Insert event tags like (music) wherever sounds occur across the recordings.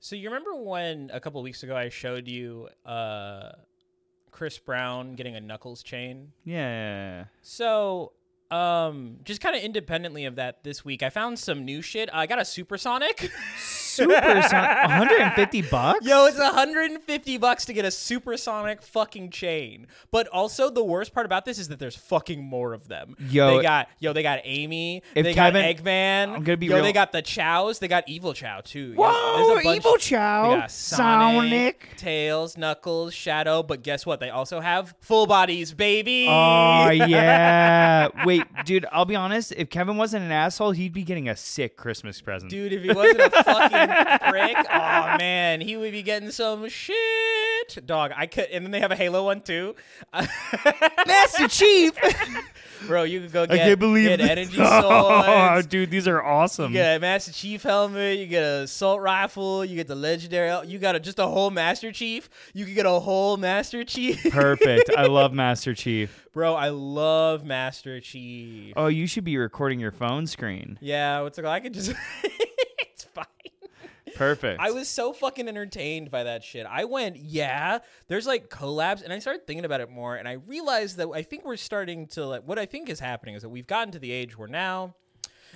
So you remember when a couple weeks ago I showed you uh, Chris Brown getting a knuckles chain? Yeah. So, um, just kind of independently of that, this week I found some new shit. I got a (laughs) supersonic. Super son- (laughs) 150 bucks? Yo, it's 150 bucks to get a supersonic fucking chain. But also the worst part about this is that there's fucking more of them. Yo- they got yo, they got Amy, If they Kevin- got Eggman. I'm gonna be yo, real- they got the Chows, they got Evil Chow too. Yo, Whoa, there's a bunch- Evil They Chow. got Sonic, Tails, Knuckles, Shadow, but guess what? They also have full bodies, baby. (laughs) Oh, yeah. Wait, dude, I'll be honest. If Kevin wasn't an asshole, he'd be getting a sick Christmas present. Dude, if he wasn't a (laughs) fucking prick, oh man, he would be getting some shit. Dog, I could, and then they have a Halo one too. Uh, Master Chief. (laughs) Bro, you could go I get, can't believe get this. energy (laughs) Oh, swords. dude, these are awesome. You get a Master Chief helmet. You get a assault rifle. You get the legendary. el- You got a, just a whole Master Chief. You could get a whole Master Chief. (laughs) Perfect. I love Master Chief. Bro, I love Master Chief. Oh, you should be recording your phone screen. Yeah, what's it called? I could just. (laughs) it's fine. Perfect. I was so fucking entertained by that shit. I went, yeah, there's like collabs, and I started thinking about it more, and I realized that I think we're starting to like what I think is happening is that we've gotten to the age where now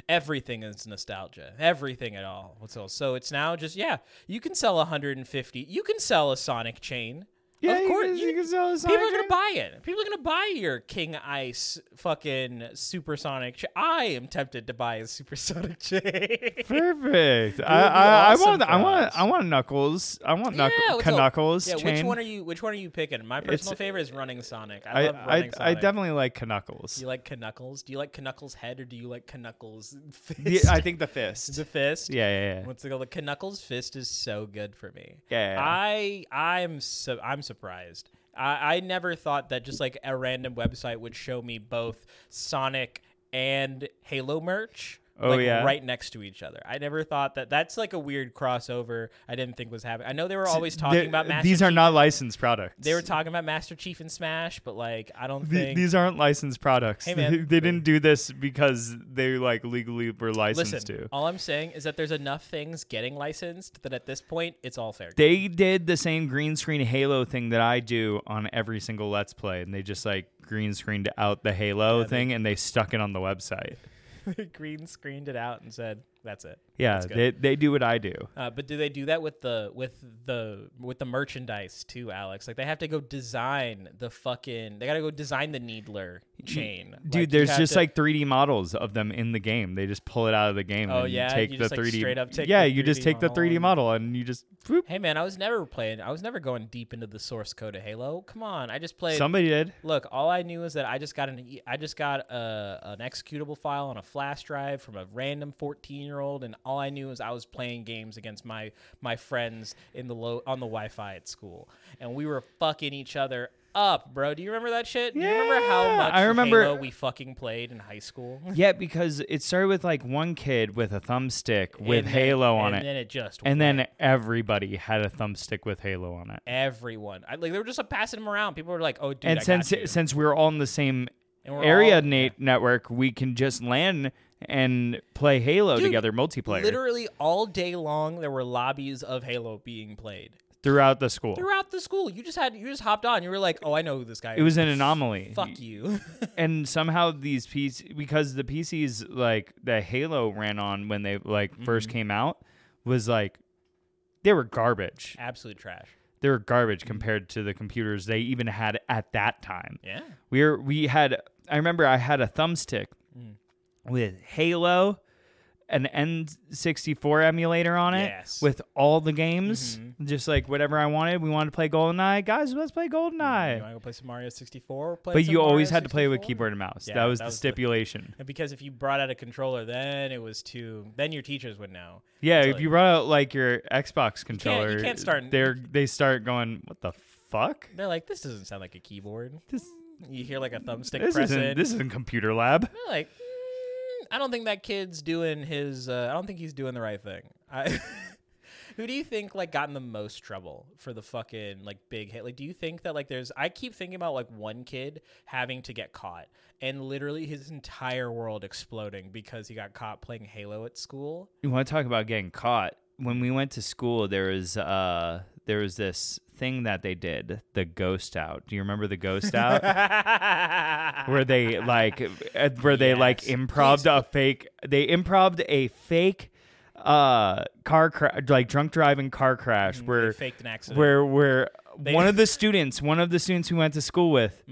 everything is nostalgia, everything at all. What's else? So it's now just yeah, you can sell 150, you can sell a Sonic chain. Yeah, of you course, can- you can sell a Sonic people are gonna chain. buy it. People are gonna buy your King Ice fucking supersonic. Cha- I am tempted to buy a supersonic (laughs) chain. Perfect. I, would be I, awesome I want for I want us. I want knuckles. I want knuck- Yeah, what's up? knuckles Yeah, chain. which one are you? Which one are you picking? My personal It's- favorite is Running Sonic. I, I love I, Running I Sonic. definitely like Do knuckles. you like Knuckles? Do you like Knuckles' head or do you like Knuckles' (laughs) fist? The- I think the fist. the fist. yeah, yeah, yeah. What's it called? The Knuckles' fist is so good for me. Yeah. I I'm so I'm surprised. I, I never thought that just like a random website would show me both Sonic and Halo merch. Oh, like, yeah? right next to each other. I never thought that. That's like a weird crossover. I didn't think was happening. I know they were always talking They're- about Master these are Chief not licensed products. they were talking about Master Chief and Smash, but like I don't Th- think these aren't licensed products. Hey, they, man. (laughs) they didn't do this because they like legally were licensed Listen, to. all I'm saying is that there's enough things getting licensed that at this point it's all fair. game. They did the same green screen Halo thing that I do on every single Let's Play, and they just like green screened out the Halo thing and they stuck it on the website. (laughs) They green screened it out and said that's it. Yeah, That's good." they, they do what I do. Uh, but do they do that with the with the with the merchandise too, Alex? Like they have to go design the fucking. They gotta go design the needler chain, Dude, you there's have just to- like 3D models of them in the game. They just pull it out of the game Oh, and yeah? take You the just, like, 3D. straight up take yeah, the you just 3D take the 3D model and you just whoop. Hey man, I was never playing. I was never going deep into the source code of Halo. Come on, I just played. Somebody did. Look, all I knew is that I just got an e- I just got a, an executable file on a flash drive from a random 14 year old, and all I knew is I was playing games against my my friends in the low on the Wi-Fi at school, and we were fucking each other up, bro. Do you remember that shit? Do you remember Yeah, how much I remember- Halo we fucking played in high school Yeah, because it started with like one kid with a thumbstick (laughs) with And then- Halo on it. and then it just and went. then everybody had a thumbstick with Halo on it. everyone I, like they were just like, passing them around. People were like, "Oh, dude, and I since got you. since we were all in the same And we're area all- na- network, we can just LAN and play Halo Dude, together multiplayer Literally all day long, there were lobbies of Halo being played. throughout the school. throughout the school. You just had you just hopped on. You were like, oh, I know who this guy it is. was an anomaly. Fuck (laughs) you. and somehow these PC because the PCs like that Halo ran on when they like first Mm-hmm. came out was like they were garbage. Absolute trash. They were garbage compared to the computers they even had at that time. Mm-hmm. Yeah. We were we had I remember I had a thumbstick Mm. with Halo, an N64 emulator on it Yes. Mm-hmm. with all the games, just like whatever I wanted. We wanted to play GoldenEye, guys. Let's play You GoldenEye. want to go play some Mario 64? Play But some you Mm-hmm. always Mario had to play with 64? keyboard and mouse. Yeah, that was that the was the- stipulation. And because if you brought out a controller, then it was too. Then your teachers would know. yeah, Until if you brought out like your Xbox controller, you can't start- They're they start going, what the fuck? They're like, this doesn't sound like a keyboard. This You hear like a thumbstick this press isn't in. this isn't computer lab. They're like, "Mm, I don't think that kid's doing his. Uh, I don't think he's doing the right thing. I, (laughs) who do you think like got in the most trouble for the fucking like big hit? Like, do you think that like there's? I keep thinking about like one kid having to get caught and literally his entire world exploding because he got caught playing Halo at school. You want to talk about getting caught? when we went to school, there was uh, there was this thing that they did, the ghost out. Do you remember the (laughs) (laughs) ghost out? Uh, where they like, uh, where they like Yes. improved a fake, they improved a fake uh car crash, like drunk driving car Mm-hmm. crash, where faked an accident. where where They- Mm-hmm. one (laughs) of the students, one of the students we went to school with,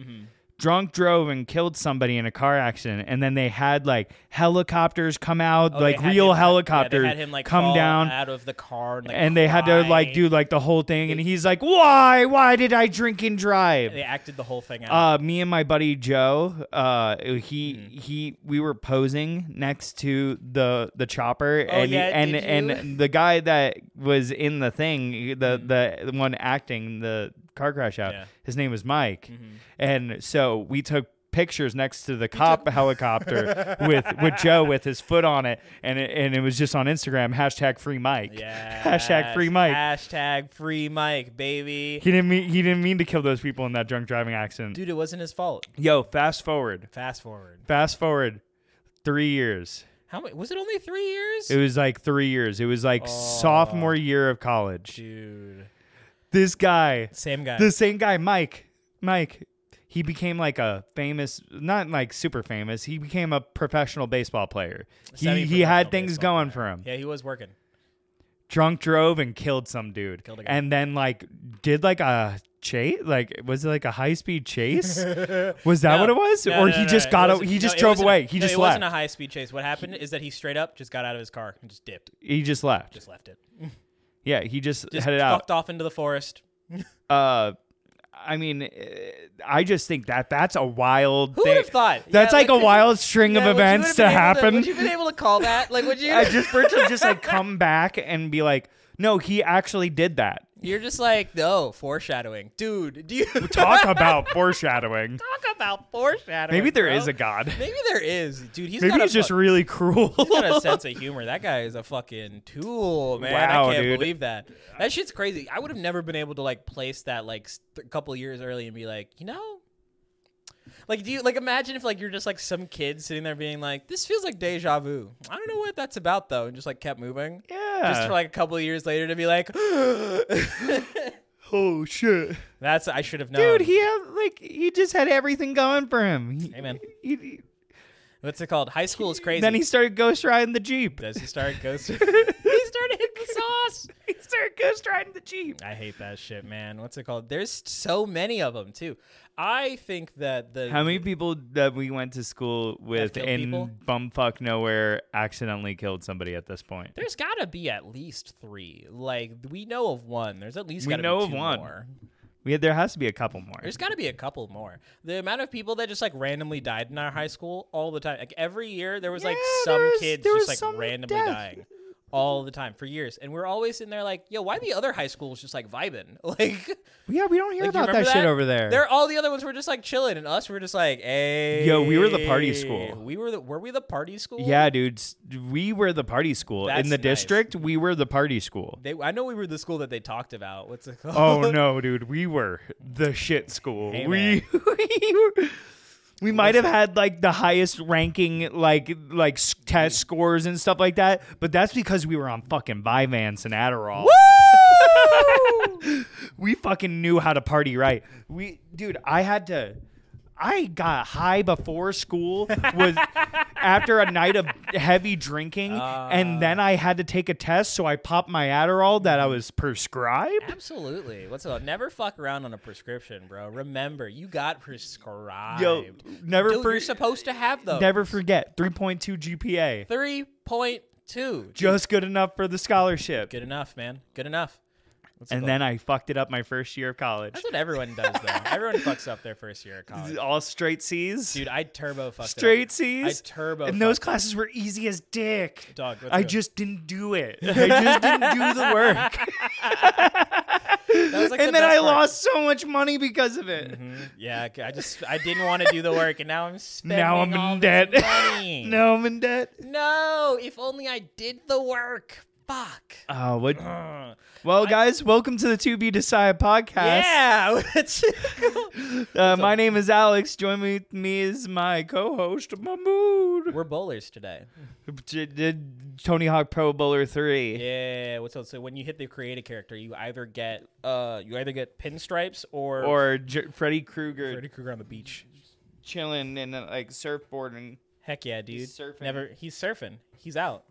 drunk drove and killed somebody in a car accident, and then they had like helicopters come out, Oh, they like had real him- yeah, helicopters, they had him, like, come fall down, out of the car, and, like, and they had to like cry. do like the whole thing, and he's like, "Why? Why did I drink and drive?" They acted the whole thing out. Uh, me and my buddy Joe, uh, he he, we were posing next to the the chopper, and yeah, and did and the guy that was in the thing, the the one acting the car crash out, Yeah. his name was Mike, and so we took pictures next to the cop helicopter with with Joe with his foot on it, and it, and it was just on Instagram hashtag free Mike, yeah. hashtag free Mike. Hashtag free Mike, baby. he didn't mean he didn't mean to kill those people in that drunk driving accident. Dude, it wasn't his fault. Yo, fast forward. Fast forward. Fast forward three years. How many? Was it only three years? It was like three years. It was like sophomore year of college. Dude, This guy, same guy. the same guy, Mike, Mike, he became like a famous, not like super famous. He became a professional baseball player. He, he had Semi-professional things baseball going player. for him. Yeah, he was working. Drunk drove and killed some dude. Killed a guy. and then like did like a chase like was it like a high speed (laughs) chase was that No. what it was No, or no, he no, just it got out wasn't- he just no, it drove wasn't a- away he no, just it left wasn't a high speed chase. What happened is that he straight up just got out of his car and just dipped, he just left just left it, yeah he just, just headed out fucked off into the forest. uh I mean, eh, I just think that that's a wild Who thing. would have thought? That's Yeah, like, like, a wild string Yeah, of would you have events been to able happen. (laughs) Would you been able to call that? Like, would you? I just for it to just like come back and be like, no, he actually did that. (laughs) You're just like, no, foreshadowing, dude. Do (laughs) you (laughs) Talk about foreshadowing. talk about foreshadowing? Maybe there bro. is a god. Maybe there is, dude. He's Maybe got he's a just fuck- (laughs) really cruel. he's (laughs) got a sense of humor. That guy is a fucking tool, man. Wow, I can't dude. believe that. That shit's crazy. I would have never been able to like place that like a couple years early and be like, you know, like do you like imagine if like you're just like some kid sitting there being like, this feels like deja vu. I don't know what that's about though, and just like kept moving. yeah. Just for like a couple of years later to be like, (gasps) oh Um, shit, that's I should have known. dude. He had like he just had everything going for him. He, Hey, man. he- he- What's it called? High school is crazy. then he started ghost riding the jeep. does he start ghost. (laughs) he started hitting the sauce. (laughs) he started ghost riding the jeep. I hate that shit, man. What's it called? There's so many of them too. I think that the How many people that we went to school with killed in people? bumfuck nowhere accidentally killed somebody at this point? there's gotta be at least three. Like we know of one. There's at least We gotta know be of two one. more. We, there has to be a couple more. There's gotta be a couple more. The amount of people that just like randomly died in our high school all the time. Like every year there was like Yeah, some there was- kids there was just like some randomly death. dying. All the time for years, and we're always in there like, yo, why the other high schools just like vibing? (laughs) Like, yeah, we don't hear like, do you about remember that, shit over there. They're all the other ones were just like chilling, and us were just like, hey, Yo, we were the party school. We were the were we the party school? yeah, dudes, we were the party school That's in the nice. district. We were the party school. They, I know we were the school that they talked about. What's it called? Oh no, dude, we were the shit school. Hey, we (laughs) we were. We might have had like the highest ranking like like s- test scores and stuff like that, but that's because we were on fucking Vyvanse and Adderall. (laughs) we fucking knew how to party right. We dude, I had to I got high before school was after a night of heavy drinking and then I had to take a test so I popped my Adderall that I was prescribed. Absolutely. What's it called? Never fuck around on a prescription, bro. Remember, you got prescribed. Yo, never Dude, you're for, supposed to have those. never forget 3.2 GPA. Three point two. Just good enough for the scholarship. Good enough, man. Good enough. What's it And called? then I fucked it up my first year of college. that's what everyone does though. everyone fucks up their first year (laughs) of college. All straight C's. Dude, I turbo fucked it up. straight C's. I turbo And those classes were easy as dick. Dog, let's I go. just didn't (laughs) do it. I just didn't do the work. That was, like, the Mm-hmm. and then best I part. lost so much money because of it. Yeah, I just I didn't want to do the work, and now I'm spending Now I'm all in this debt. money. (laughs) Now I'm in debt. no. If only I did the work. Fuck. Oh, what? Uh, Well, guys, welcome to the To Be Desired podcast. Yeah, (laughs) it's- uh, my name is Alex. Join me, me is my co-host Mahmood. we're bowlers today. J- did Tony Hawk Pro Bowler Three. Yeah, what's up? So when you hit the create a character, you either get uh you either get pinstripes or Or J- Freddy Krueger Freddy Krueger on the beach. chilling and uh, like surfboarding. Heck yeah, dude. He's surfing. Never he's surfing. He's out.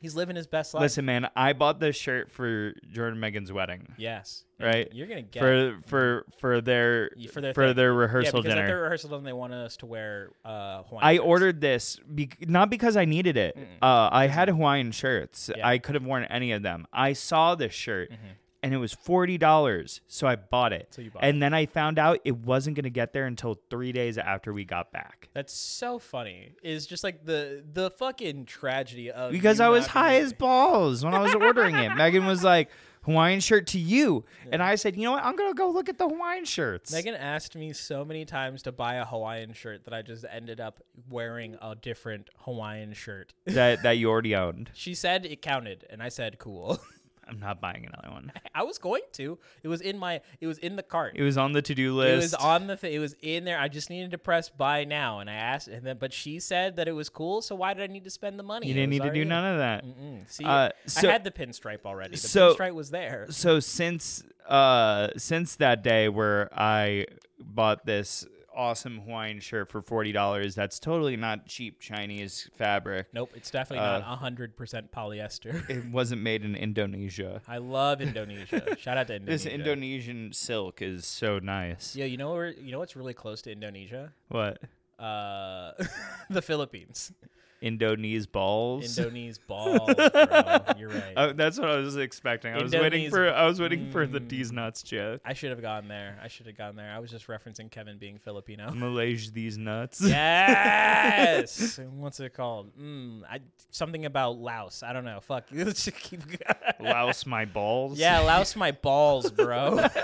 He's living his best life. Listen, man, I bought this shirt for Jordan Megan's wedding, Yes. right? You're gonna get for for for their for their for thing. their yeah, rehearsal because dinner. at their rehearsal dinner they wanted us to wear uh Hawaiian I shirts. ordered this be- not because I needed it. Uh, I had Hawaiian shirts. Yeah. Mm-hmm. I could have worn any of them. I saw this shirt and it was $40, so I bought it. So you bought and then I found out it wasn't going to get there until 3 days after we got back. That's so funny. Is just like the the fucking tragedy of Because you I not was high being- as balls when I was ordering it. Megan was like, "Hawaiian shirt to you." And I said, "You know what? I'm going to go look at the Hawaiian shirts." Megan asked me so many times to buy a Hawaiian shirt that I just ended up wearing a different Hawaiian shirt. (laughs) that that you already owned. She said it counted, and I said cool. (laughs) I'm not buying another one. I was going to. It was in my. It was in the cart. It was on the to-do It list. was on the. Th- it was in there. I just needed to press buy now, and I asked, and then but she said that it was cool. So why did I need to spend the money? you didn't need to do none of that. Mm-mm. mm, See, Uh, so- I had the pinstripe already. The so- pinstripe was there. so since uh since that day where I bought this awesome Hawaiian shirt for forty dollars, that's totally not cheap Chinese fabric. Nope, it's definitely not not hundred percent polyester. Uh, It wasn't made in Indonesia. (laughs) I love Indonesia. Shout out to Indonesia. (laughs) This Indonesian silk is so nice. Yeah, you know where you know what's really close to Indonesia? What? Uh, (laughs) the Philippines. Indonese balls. Indonesia's balls, bro. You're right. (laughs) Oh, that's what I was expecting. I was waiting Indonese- Mm. for I was waiting for the these nuts joke. I should have gone there. I should have gone there. I was just referencing Kevin being Filipino. (laughs) Malaysia these nuts. (laughs) Yes. What's it called? Mm, I, something about Laos. I don't know. Fuck. (laughs) Let's just keep going. Louse my balls. Yeah, Laos my balls, bro. (laughs)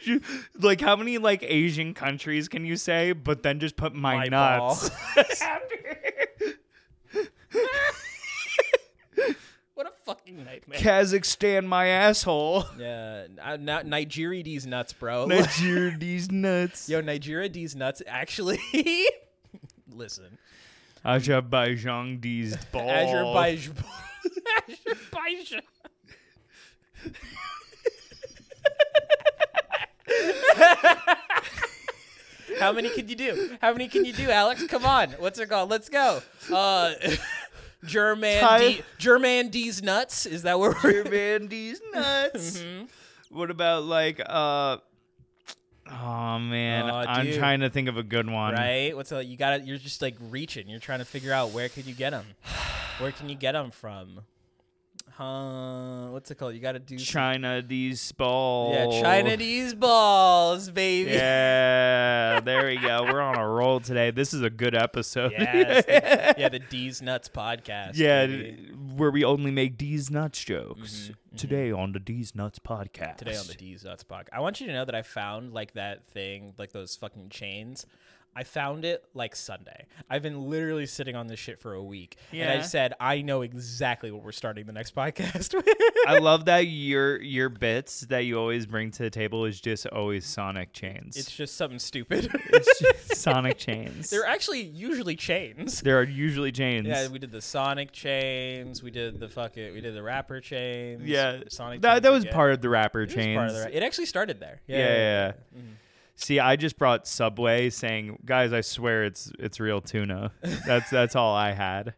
You- like how many like Asian countries can you say, but then just put my, My nuts. (laughs) what a fucking nightmare. (laughs) Kazakhstan, my asshole. (laughs) Yeah, I- now Nigeria D's nuts, bro. Nigeria, these (laughs) nuts. Yo, Nigeria D's nuts. Actually, (laughs) listen. (laughs) Azerbaijan, these balls. Azerbaijan. Azerbaijan. How many can you do? How many can you do, Alex? Come on. What's it called? Let's go. Uh, (laughs) German D, Ty- German D's nuts. Is that where we're? Mm-hmm. (laughs) Man, these nuts. What about like uh? Oh man, Aw, I'm dude. trying to think of a good one. Right? What's that? You got to You're just like reaching. You're trying to figure out where could you get them? Where can you get them from? Huh? What's it called? You got to do. China, these balls. yeah, China these balls, baby. Yeah, there we go. We're on a roll today. This is a good episode. (laughs) (laughs) Yes, the- (laughs) yeah, the D's Nuts podcast. Yeah, baby. where we only make D's nuts jokes today on the D's nuts podcast. Mm-hmm, Today (laughs) on the D's Nuts podcast. I want you to know that I found like that thing, like those fucking chains. I found it like Sunday. I've been literally sitting on this shit for a week. And Yeah. I said, I know exactly what we're starting the next podcast (laughs) with. I love that your your bits that you always bring to the table is just always Sonic chains. (laughs) it's just something stupid. It's just Sonic (laughs) chains. They're actually usually chains. There are usually chains. Yeah, we did the Sonic chains. We did the fucking. We did the rapper chains. Yeah, Sonic. That, chains that was again. part of the rapper It was chains. part of the ra- It actually started there. yeah, yeah. yeah. Mm-hmm. See, I just brought Subway, saying, "Guys, I swear it's it's real (laughs) tuna." That's that's all I had.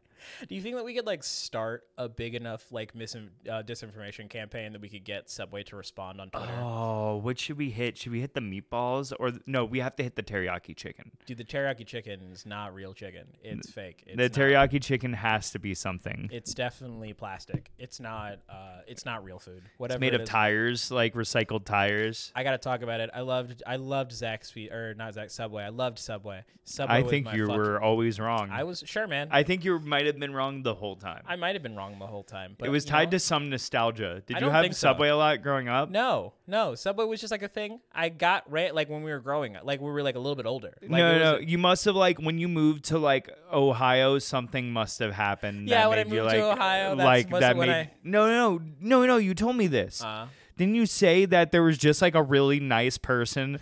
Do you think that we could like start a big enough like misin- uh, disinformation campaign that we could get Subway to respond on Twitter? Oh, what should we hit? Should we hit the meatballs or th- no? We have to hit the teriyaki chicken. Dude, the teriyaki chicken is not real chicken. It's fake. It's the not- teriyaki chicken has to be something. It's It's definitely plastic. It's not. Uh, it's not real food. Whatever. made it of is. tires, like recycled tires. I gotta talk about it. I loved. I loved Zach's feet or not Zach Subway. I loved Subway. Subway. I was think my you fucking- were always wrong. I was sure, man. I think you might have been wrong the whole time. I might have been wrong the whole time. But it was you tied know, to some nostalgia. Did I you don't have think so. Subway a lot growing up? No, no. Subway was just like a thing I got right like when we were growing up, like we were like a little bit older. Like, no, it was no, a- you must have like when you moved to like Ohio, something must have happened. Yeah, that when I made you, moved to like- Ohio, that's- like must that have made. when I- No, no, no, no, no. You told me this. Uh. Didn't you say that there was just like a really nice person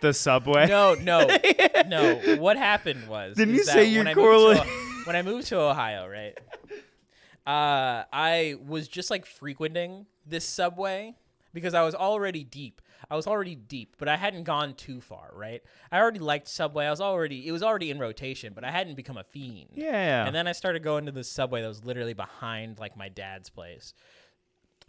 (laughs) the subway? No, no, (laughs) no. What happened was Didn't is you that say you when I moved to, correlate- when I moved to Ohio, right? Uh, I was just like frequenting this subway because I was already deep. I was already deep, but I hadn't gone too far, right? I already liked Subway. I was already it was already in rotation, but I hadn't become a fiend. (laughs) Yeah. And then I started going to the subway that was literally behind like my dad's place.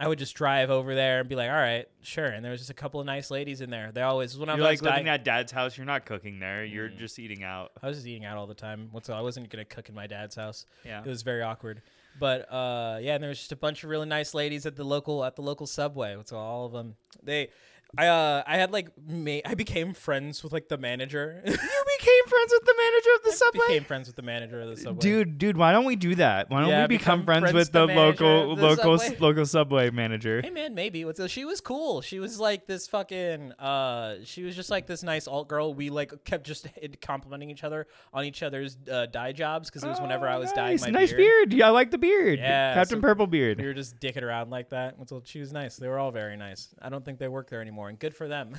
I would just drive over there and be like, "All right, sure." And there was just a couple of nice ladies in there. They always when I You're was like di- living at dad's house. You're not cooking there. You're Mm. just eating out. I was just eating out all the time. What's I wasn't gonna cook in my dad's house. Yeah. it was very awkward. But uh, yeah, and there was just a bunch of really nice ladies at the local at the local subway. What's all of them? They, I uh, I had like ma- I became friends with like the manager. (laughs) (laughs) You became friends with the manager of the subway. became friends with the manager of the subway. Dude, dude, why don't we do that? Why don't Yeah, we become, become friends, friends with the the, manager local of the local Subway? local (laughs) subway manager? Hey man, maybe. What's she was cool. She was like this fucking. Uh, she was just like this nice alt girl. We like kept just (laughs) complimenting each other on each other's uh, dye jobs because it was whenever I was dyeing Oh, nice, my nice beard. beard. Yeah, I like the beard. Yeah, Captain so- Purple beard. We were just dicking around like that. What's she was nice. They were all very nice. I don't think they work there anymore, and good for them. (laughs)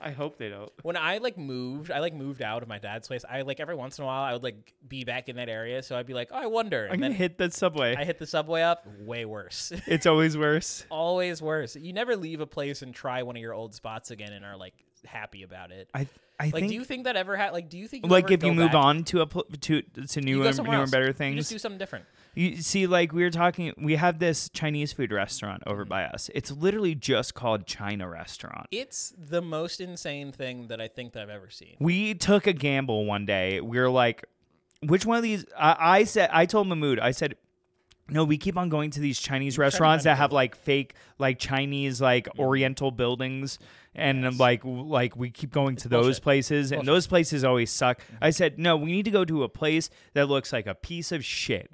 I hope they don't. when I like moved, I like moved out of my dad's place. I like every once in a while I would like be back in that area, so I'd be like, oh, I wonder. And I'm gonna then hit that subway. I hit the subway up, way worse. (laughs) it's always worse. Always worse. You never leave a place and try one of your old spots again and are like happy about it. I I like, think do you think that ever had? Like, do you think you like ever if you go move back- on to a pl- to to you new go and somewhere newer and else. better You just things, do something different. You see, like we were talking, we have this Chinese food restaurant Mm-hmm. over by us. It's literally just called China Restaurant. It's the most insane thing that I think that I've ever seen. We took a gamble one day. We were like, which one of these? I, I said, I told Mahmood, I said, no, we keep on going to these Chinese restaurants that have like fake, like Chinese, like Oriental buildings, and like w- like we keep going to those bullshit. places, and those places always suck. I said, no, we need to go to a place that looks like a piece of shit.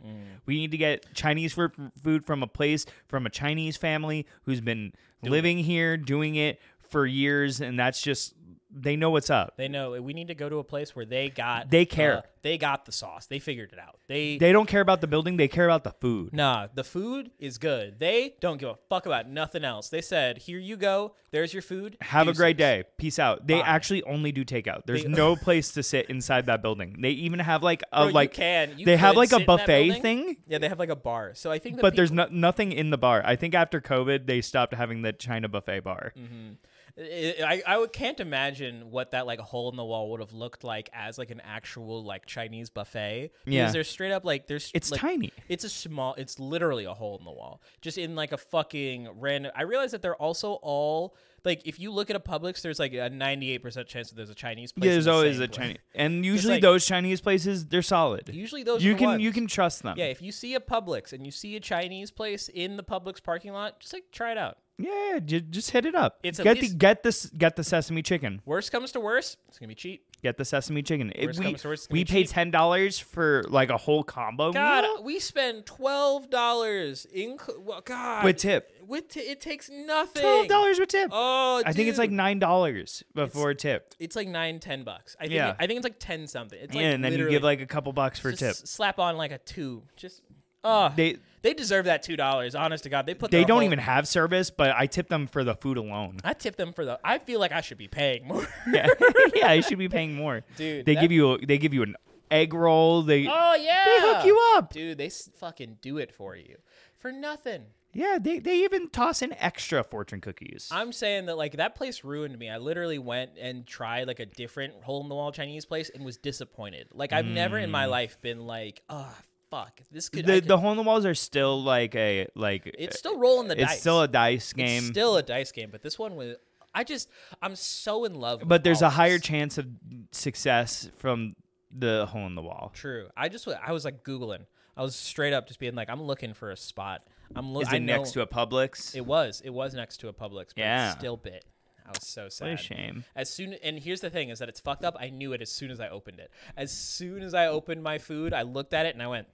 We need to get Chinese fu- food from a place from a Chinese family who's been living here, doing it for years, and that's just they know what's up. They know eh, we need to go to a place where they got They care. uh, they got the sauce. They figured it out. They, They don't care about the building; they care about the food. nah. The food is good. They don't give a fuck about nothing else. They said, "Here you go. There's your food. Have a Deuces." great day. Peace out. They actually only do takeout. (laughs) There's no place to sit inside that building. They even have like a Bro, you like can. You they have could like a sit in that buffet building. thing, Yeah, they have like a bar. So I think, the but there's no, nothing in the bar. I think after COVID they stopped having the China buffet bar. Mm-hmm. there's I I would- can't imagine what that like hole in the wall would have looked like as like an actual like Chinese buffet. Because Yeah. they're straight up like there's It's like, tiny. It's a small. It's literally a hole in the wall, just in like a fucking random. I realize that they're also all like, if you look at a Publix, there's like a 98% chance that there's a Chinese place. Yeah, in there's the always same a place. Chinese, and usually like- those Chinese places they're solid. Usually those are you the can ones. you can trust them. Yeah, if you see a Publix and you see a Chinese place in the Publix parking lot, just like try it out. yeah. ju- just hit it up. It's at get the least- get this get the sesame chicken. Worst comes to worst, it's gonna be cheap. Get the sesame chicken. It- Worst we comes to worst, it's gonna we be paid cheap. ten dollars for like a whole combo. God, meal? we spend twelve dollars in. Well, God, With tip. With ti- it takes nothing. twelve dollars with tip. Oh, I think it's like dude. nine dollars before tip. It's like nine, ten bucks. I think. Yeah. I think it's like ten something. It's like yeah, and then you literally- give like a couple bucks for just tip. s- Slap on like a two. Just oh, they They they deserve that two dollars. Honest to God, they put. they their don't whole- even have service, but I tip them for the food alone. (laughs) I tip them for the. I feel like I should be paying more. (laughs) yeah, (laughs) yeah, you should be paying more. Dude, they that- give you a, they give you an egg roll. They oh yeah, they hook you up. dude. They s- fucking do it for you for nothing. Yeah, they they even toss in extra fortune cookies. I'm saying that like that place ruined me. I literally went and tried like a different hole in the wall Chinese place and was disappointed. Like I've never in my life been like, oh fuck, this could. I Mm. the could- the hole in the walls are still like a like it's still rolling the it's dice. still a dice It's game. still a dice game, but this one was. I just I'm so in love. but with there's all a higher this. chance of success from the hole in the wall. True. I just wa- I was like googling. I was straight up just being like, I'm looking for a spot. I'm Is looking. it next to a Publix? It was. It was next to a Publix. But Yeah. It's still bit. I I was so sad. What a shame. As soon and here's the thing is that it's fucked up. I knew it as soon as I opened it. As soon as I opened my food, I looked at it and I went,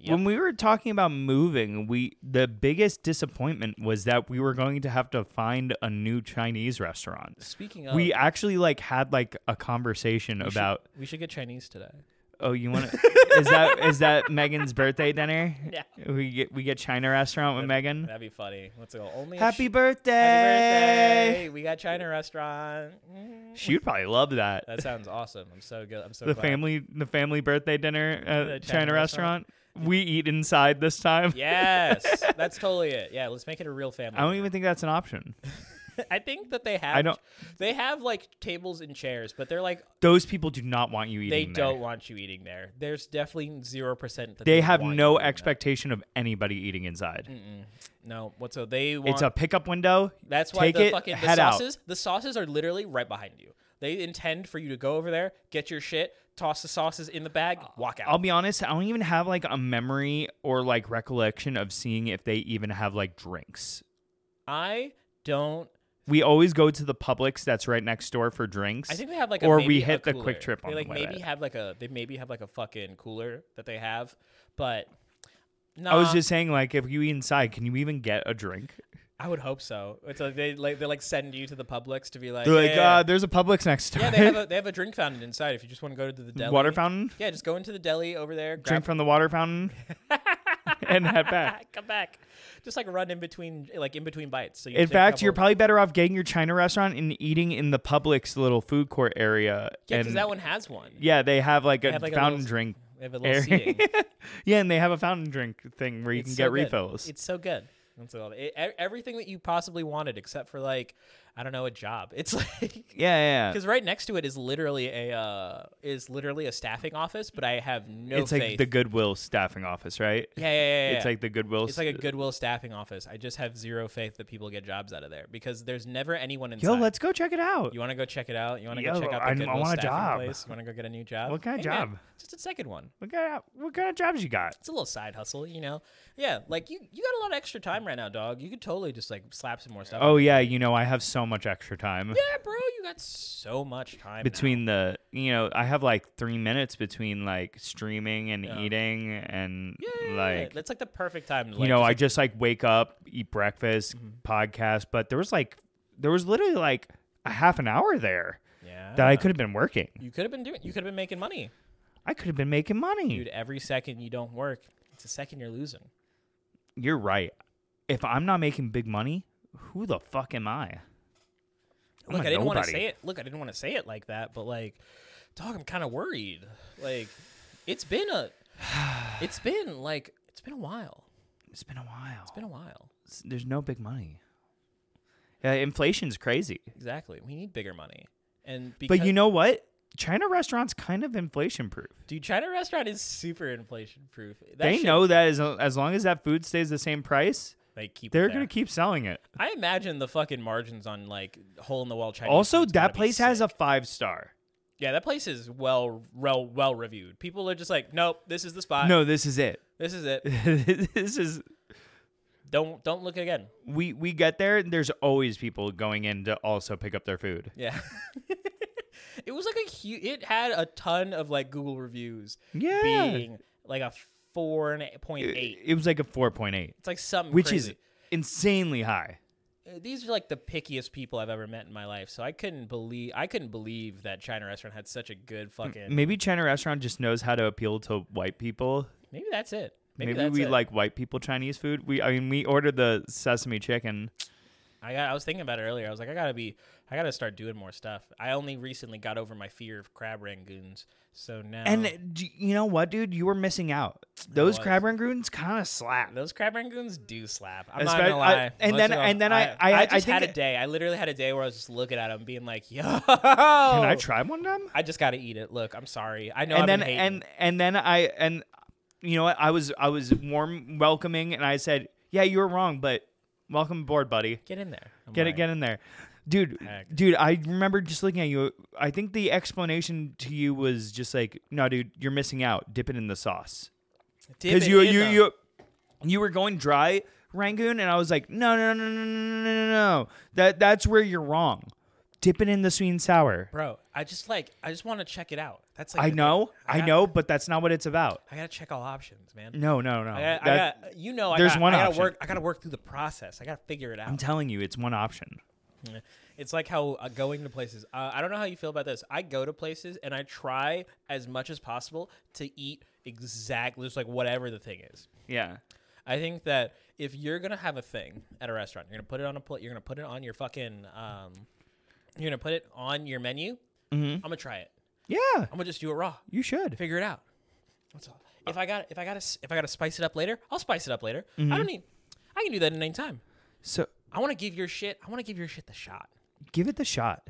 Yep. When we were talking about moving, we the biggest disappointment was that we were going to have to find a new Chinese restaurant. "Speaking of, We we actually like had like a conversation Oh. should- about we should get Chinese today." oh (laughs) you want to is that is that Megan's birthday dinner? Yeah. We get we get China restaurant with Megan. That'd be funny. Let's go. Only if Happy she- birthday. happy birthday. We got China restaurant. Mm. She would probably love that. That sounds awesome. I'm so good. I'm so the glad. family the family birthday dinner at The China, China restaurant. We eat inside this time. Yes, that's totally it. Yeah, let's make it a real family. I don't even think that's an option. I think that they have. I don't- They have like tables and chairs, but they're like Those people do not want you eating. they there. don't want you eating there. There's definitely zero percent. They have want no you eating Mm. expectation of anybody eating inside. there. No, what so they want. It's a pickup window. that's why Take the it, fucking the head out. sauces. The sauces are literally right behind you. They intend for you to go over there, get your shit, toss the sauces in the bag, Ah. walk out. I'll be honest. I don't even have like a memory or like recollection of seeing if they even have like drinks. I don't. We always go to the Publix that's right next door for drinks. I think they have like, a or maybe we a hit the cooler. Quick Trip They on like the way. maybe have like a they maybe have like a fucking cooler that they have, but no, I was just saying, like, if you eat inside, can you even get a drink? I would hope so. It's like they like they like send you to the Publix to be like They're like, yeah, uh, there's a Publix next door. yeah, (laughs) they have a they have a drink fountain inside if you just want to go to the deli. water fountain. Yeah, just go into the deli over there, grab Drink from the (laughs) water fountain, and head back. come back, just like run in between like in between bites. So you In take a fact, you're couple- probably better off getting your China restaurant and eating in the Publix little food court area. yeah, because and that one has one. yeah, they have like a have, like, a fountain little- drink. They have a little area. (laughs) seating. yeah, and they have a fountain drink thing where you It's can so get good. refills. It's so good. That's all. It, e- everything that you possibly wanted, except for like I don't know a job. (laughs) It's like Yeah, yeah, yeah. because right next to it is literally a uh, is literally a staffing office, but I have no it's faith. like the Goodwill staffing office, right? yeah, yeah, yeah, yeah. It's like the Goodwill. It's like a Goodwill staffing office. I just have zero faith that people get jobs out of there because there's never anyone inside. Yo, let's go check it out. You want to go check it out? You want to go Yo, check out I- I the Goodwill want a staffing job. place? You want to go get a new job? What kind of man, job? just a second one. What kind of what kind of jobs you got? It's a little side hustle, you know. Yeah, like you, you got a lot of extra time right now, dog. You could totally just like slap some more stuff. Oh yeah, you know I have so much extra time yeah, bro, you got so much time now. between the you know I have like three minutes between like streaming and Yeah. eating and Yeah, like that's like the perfect time. To, you like, know just, I like, Mm-hmm. just like wake up, eat breakfast, podcast. But there was like there was literally like a half an hour there yeah. that I could have been working. You could have been doing. You could have been making money, I could have been making money. dude. Every second you don't work, it's a second you're losing. You're right. If I'm not making big money, who the fuck am I? I'm Look, a I didn't want to nobody. say it. Look, I didn't want to say it like that, but like, dog, I'm kind of worried. Like, it's been a, (sighs) it's been like, it's been a while. It's been a while. It's been a while. S- There's no big money. Yeah, inflation's crazy. Exactly. We need bigger money. And because, But you know what? China restaurants kind of inflation proof. dude, China restaurant is super inflation proof. They know that as, as long as that food stays the same price, they keep. they're They're going to keep selling it. I imagine the fucking margins on like hole in the wall Chinese. Also, food's gotta that be place has sick. a five star. Yeah, that place is well, well, well reviewed. People are just like, nope, this is the spot. No, this is it. (laughs) this is it. this is Don't don't look again. we we get there and there's always people going in to also pick up their food. Yeah. (laughs) it was like a huge. It had a ton of like Google reviews. Yeah. Being like a four and a point It, eight. it was like a 4.8, It's like something which crazy. is insanely high. Uh, These are like the pickiest people I've ever met in my life. So I couldn't believe I couldn't believe that China restaurant had such a good fucking. Maybe China restaurant just knows how to appeal to white people. Maybe that's it. Maybe, Maybe, that's we it. like white people Chinese food. We I mean we ordered the sesame chicken. I got. I was thinking about it earlier. I was like, I gotta be. I gotta start doing more stuff. I only recently got over my fear of crab rangoons, so now And d- you know what, dude? You were missing out. Those Oh. was. crab rangoons kind of slap. those crab rangoons do slap. I'm not Espe- gonna lie. I- and Most then- of and then I- I- I I just think had a it- day. I literally had a day where I was just looking at them, being like, "Yo, can Can I I try one of them? just gotta eat it. Look, I'm sorry. I know. I've and then been hating. and and then I and you know what? I was I was warm welcoming and I said, "Yeah, you were wrong, but welcome aboard, buddy. get in there. I'm Get it like, get in there." Dude, Heck. dude, I remember just looking at you. I think the explanation to you was just like, "No, dude, you're missing out. Dip it in the sauce." dip because it you in you, them. you you were going dry Rangoon, and I was like, no no no no no no no no no. That that's where you're wrong. dip it in the sweet and sour. bro. I just like I just want to check it out. That's like I the know, thing. I got- know, but that's not what it's about. I gotta check all options, man. No, no, no. I, got, I That- got, you know, I there's got, one I gotta option. work. I gotta work through the process. I gotta figure it out. I'm telling you, it's one option. It's like how uh, going to places. Uh, I don't know how you feel about this. I go to places and I try as much as possible to eat exactly just like whatever the thing is. Yeah. I think that if you're gonna have a thing at a restaurant, you're gonna put it on a plate. You're gonna put it on your fucking. Um, you're gonna put it on your menu. I'm gonna try it. Yeah, I'm gonna just do it raw. you should. Figure it out. That's all. If I got if I got to if I got to spice it up later, I'll spice it up later. I don't need. I can do that in any time. So I want to give your shit. I want to give your shit the shot. give it the shot.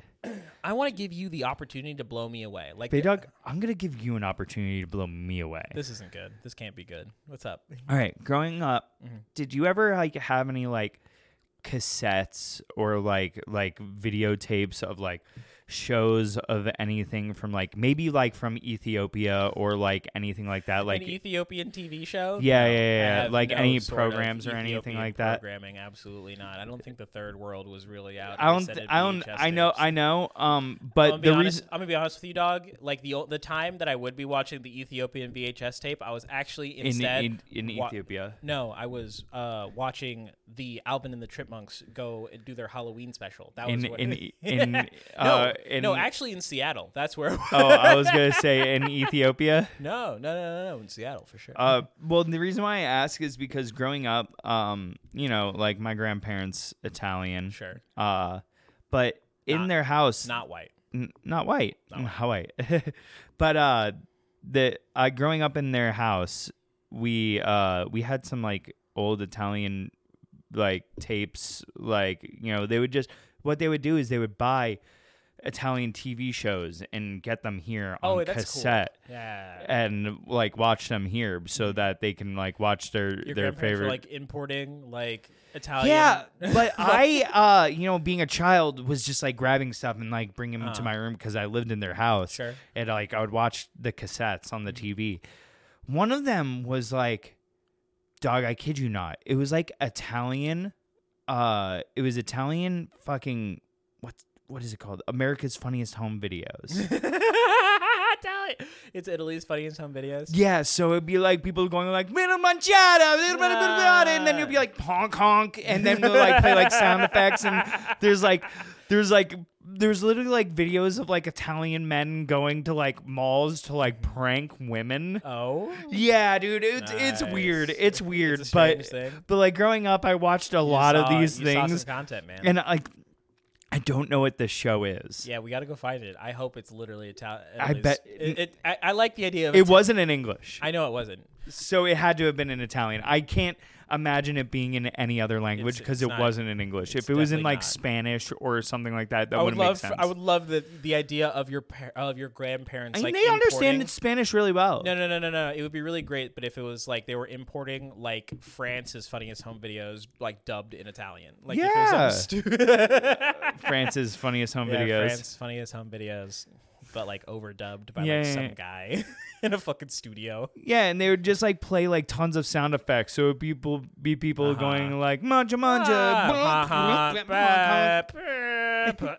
I want to give you the opportunity to blow me away. Like Big Dog, I'm going to give you an opportunity to blow me away. this isn't good. This can't be good. What's up? All right, growing up, Mm-hmm. did you ever like have any like cassettes or like like videotapes of like shows of anything from like maybe like from Ethiopia or like anything like that like An Ethiopian TV show? Yeah, yeah, yeah, I yeah. have Like, any sort of programs or anything Ethiopian like that? Programming, absolutely not. I don't think the Third World was really out. I They don't said th- it I don't VHS I know tapes. I know um I'm but gonna, be the honest, reason I'm gonna be honest with you, dog. Like the o- the time that I would be watching the Ethiopian VHS tape, I was actually in instead in, in wa- Ethiopia No, I was uh, watching the Alvin and the Chipmunks go and do their Halloween special. That in was what in no, (laughs) in uh in no, actually in Seattle. That's where. Oh, I was (laughs) going to say in Ethiopia. No, no, no, no, no, in Seattle for sure. Uh, well, the reason why I ask is because growing up, um, you know, like my grandparents Italian, sure, uh, but in Not- their house, not, not white. n- not white, not white, (laughs) but uh, the uh, growing up in their house, we uh, we had some like old Italian like tapes, like you know, they would just what they would do is they would buy Italian TV shows and get them here on Oh, that's cassette cool. Yeah. and like watch them here so that they can like watch their Mm-hmm. Your their grandparents were, favorite like importing like Italian. yeah but i uh you know being a child was just like grabbing stuff and like bringing them to my room because i lived in their (laughs) house Sure. (laughs) and like i would watch the cassettes on the tv one of them was like dog i kid you not it was like italian uh it was italian fucking what's what is it called america's funniest home videos Italian. It's Italy's funniest home videos. Yeah, so it'd be like people going like little manchada, little bit and then you'd be like honk honk, and then they'll like play like sound effects, and there's like there's like there's literally like videos of like Italian men going to like malls to like prank women. Oh. Yeah, dude, it's it's Nice. weird, it's weird, It's a but strange thing. but like growing up, I watched a lot of Saw- these you saw some things, content, man. and like I don't know what this show is. yeah, we got to go find it. I hope it's literally Italian. I bet- it. it- I, I like the idea of. It wasn't in English. I know it wasn't. So it had to have been in Italian. I can't imagine it being in any other language It's- because it's it not- wasn't in English. it's If it was in definitely like not. Spanish or something like that, that I would would make love. sense. I would love the the idea of your par- of your grandparents. I like mean, they understand importing- it's Spanish really well. (laughs) No, no, no, no, no. It would be really great, but if it was like they were importing like France's funniest home videos, like dubbed in Italian, like if it was Yeah. something stu- (laughs) France's funniest home yeah, videos. France's funniest home videos, but like overdubbed by Yeah, like yeah, some yeah. guy (laughs) in a fucking studio. Yeah, and they would just like play like tons of sound effects. So it'd people be people going like manja manja. Uh-huh. Ah, ha, blum, blum, blum, ha, blum, ba,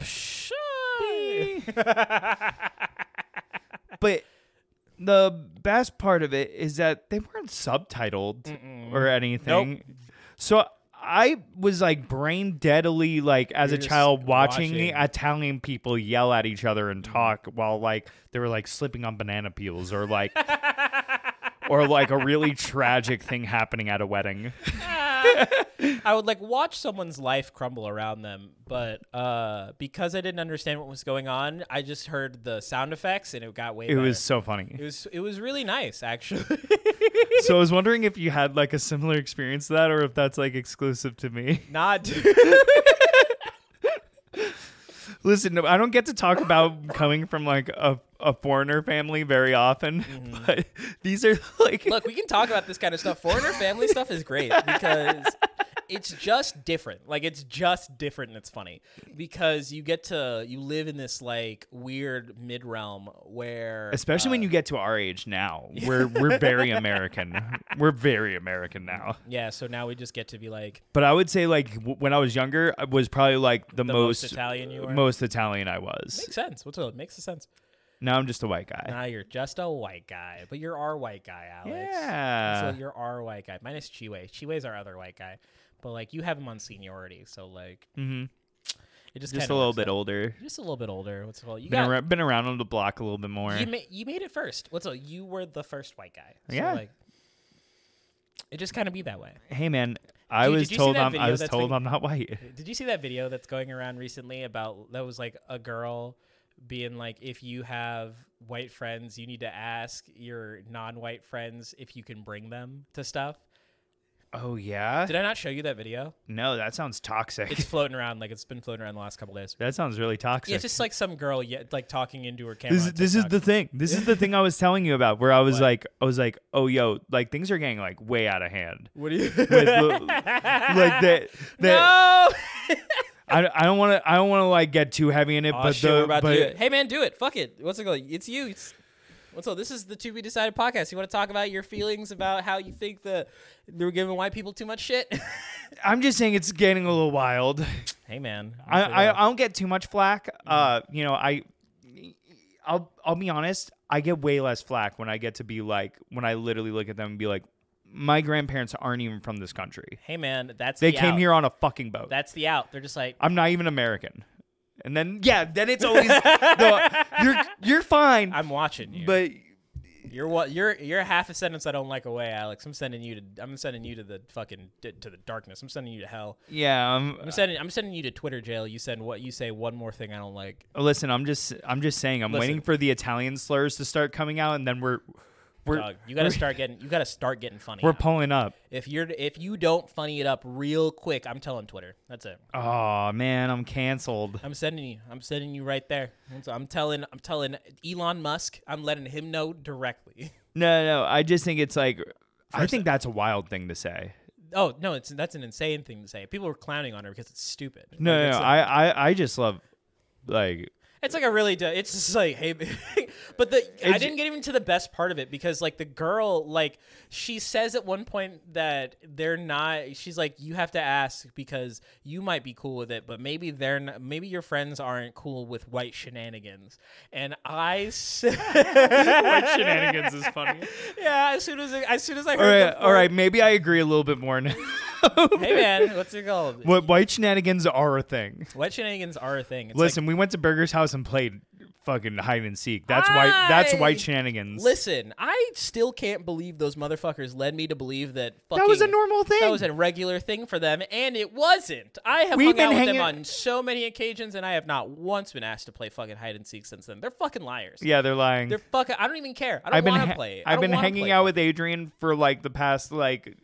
ba, erp, shy. blum." (laughs) But the best part of it is that they weren't subtitled or anything. So I was like brain deadly like as You're a just child watching, the watching. Mm. Italian people yell at each other and talk while like they were like slipping on banana peels or like (laughs) or like a really tragic thing happening at a wedding. I would like watch someone's life crumble around them, but uh, because I didn't understand what was going on, I just heard the sound effects and it got way. It better. was (laughs) so It funny. was it was really nice actually. (laughs) So I was wondering if you had like a similar experience to that or if that's like exclusive to me. Not (laughs) Listen, I don't get to talk about coming from like a, a foreigner family very often, (laughs) Mm-hmm. but these are like look, we can talk about this kind of stuff. Foreigner family stuff is great because it's just different. Like it's just different and it's funny because you get to you live in this like weird mid realm where Especially when you get to our (laughs) age now, we're we're very American. we're very American now. yeah. So now we just get to be like But I would say like w- when I was younger, I was probably like the, the most, Italian you are. most Italian I was. makes sense. What's up? Makes sense. Now I'm just a white guy. Now you're just a white guy, but you're our white guy, Alex. Yeah. So you're our white guy. Minus Chiwe. Chiwe's our other white guy, but like you have him on seniority, so like hmm it just Just kinda a little works bit out. older. Just a little bit older. What's it called? You Been, got ar- been around on the block a little bit more. You, ma- you made it first. What's up? You were the first white guy. So, Yeah. Like, it just kind of be that way. hey man, I Dude, was did you see told that I'm I video was that's told like- I'm not white. Did you see that video that's going around recently about that was like a girl being like, if you have white friends, you need to ask your non-white friends if you can bring them to stuff. Oh yeah. Did I not show you that video? No, that sounds toxic. (laughs) It's floating around like it's been floating around the last couple days. that sounds really toxic. Yeah, it's just like some girl yeah, like talking into her camera. this, on this is TikTok. the thing. This is the thing I was telling you about where I was What? like I was like, "Oh yo, like things are getting like way out (laughs) of hand." what do you (laughs) With, like that that no? I, I don't want to I don't want to like get too heavy in it, Aw, but shit, the we're about but to do it. Hey man, do it. Fuck it. What's it called? It's you. It's what's up? This is the To Be Decided podcast. You want to talk about your feelings about how you think that they're giving white people too much shit? (laughs) I'm just saying it's getting a little wild. hey man, I, I I don't get too much flack. Mm-hmm. Uh, you know I I'll I'll be honest. I get way less flack when I get to be like when I literally look at them and be like, my grandparents aren't even from this country. hey man, that's They the came out. here on a fucking boat. That's the out. They're just like I'm not even American. And then yeah, then it's always the, (laughs) you're you're fine, I'm watching you, but you're what you're you're half a sentence I don't like away, Alex. I'm sending you to I'm sending you to the fucking to the darkness. I'm sending you to hell. yeah. I'm, I'm sending I'm sending you to Twitter jail. You send what you say one more thing I don't like. Listen, I'm just I'm just saying I'm Listen. waiting for the Italian slurs to start coming out and then we're we're Dog, you got to start getting you got to start getting funny. we're now. pulling up. If you're if you don't funny it up real quick, I'm telling Twitter. That's it. Oh man, I'm canceled. I'm sending you. I'm sending you right there. So I'm telling I'm telling Elon Musk. I'm letting him know directly. (laughs) No, no, I just think it's like I think that's a wild thing to say. oh no, it's that's an insane thing to say. People are clowning on her because it's stupid. No, Like, no, it's no, like, I, I I just love like it's like a really. du- It's just like hey, (laughs) but the I It's- didn't get even to the best part of it because like the girl like she says at one point that they're not. She's like you have to ask because you might be cool with it, but maybe they're not, maybe your friends aren't cool with white shenanigans. And I (laughs) said. shenanigans is funny. Yeah, as soon as I, as soon as I All heard, right, the all right, maybe I agree a little bit more now. (laughs) fir- (laughs) Hey man, what's it called? what white shenanigans are a thing. Wet shenanigans are a thing. It's Listen, we went to Burger's house and played fucking hide and seek. That's white that's I- white shenanigans. like, listen, I still can't believe those motherfuckers led me to believe that fucking that was a normal thing. that was a regular thing for them, and it wasn't. I have We've hung out been with them hanging- on so many occasions, and I have not once been asked to play fucking hide and seek since then. They're fucking liars. yeah, they're lying. They're fucking. I don't even care. I I've don't been want to ha- play. it. I I've don't been wanna hanging play out it. with Adrian for like the past like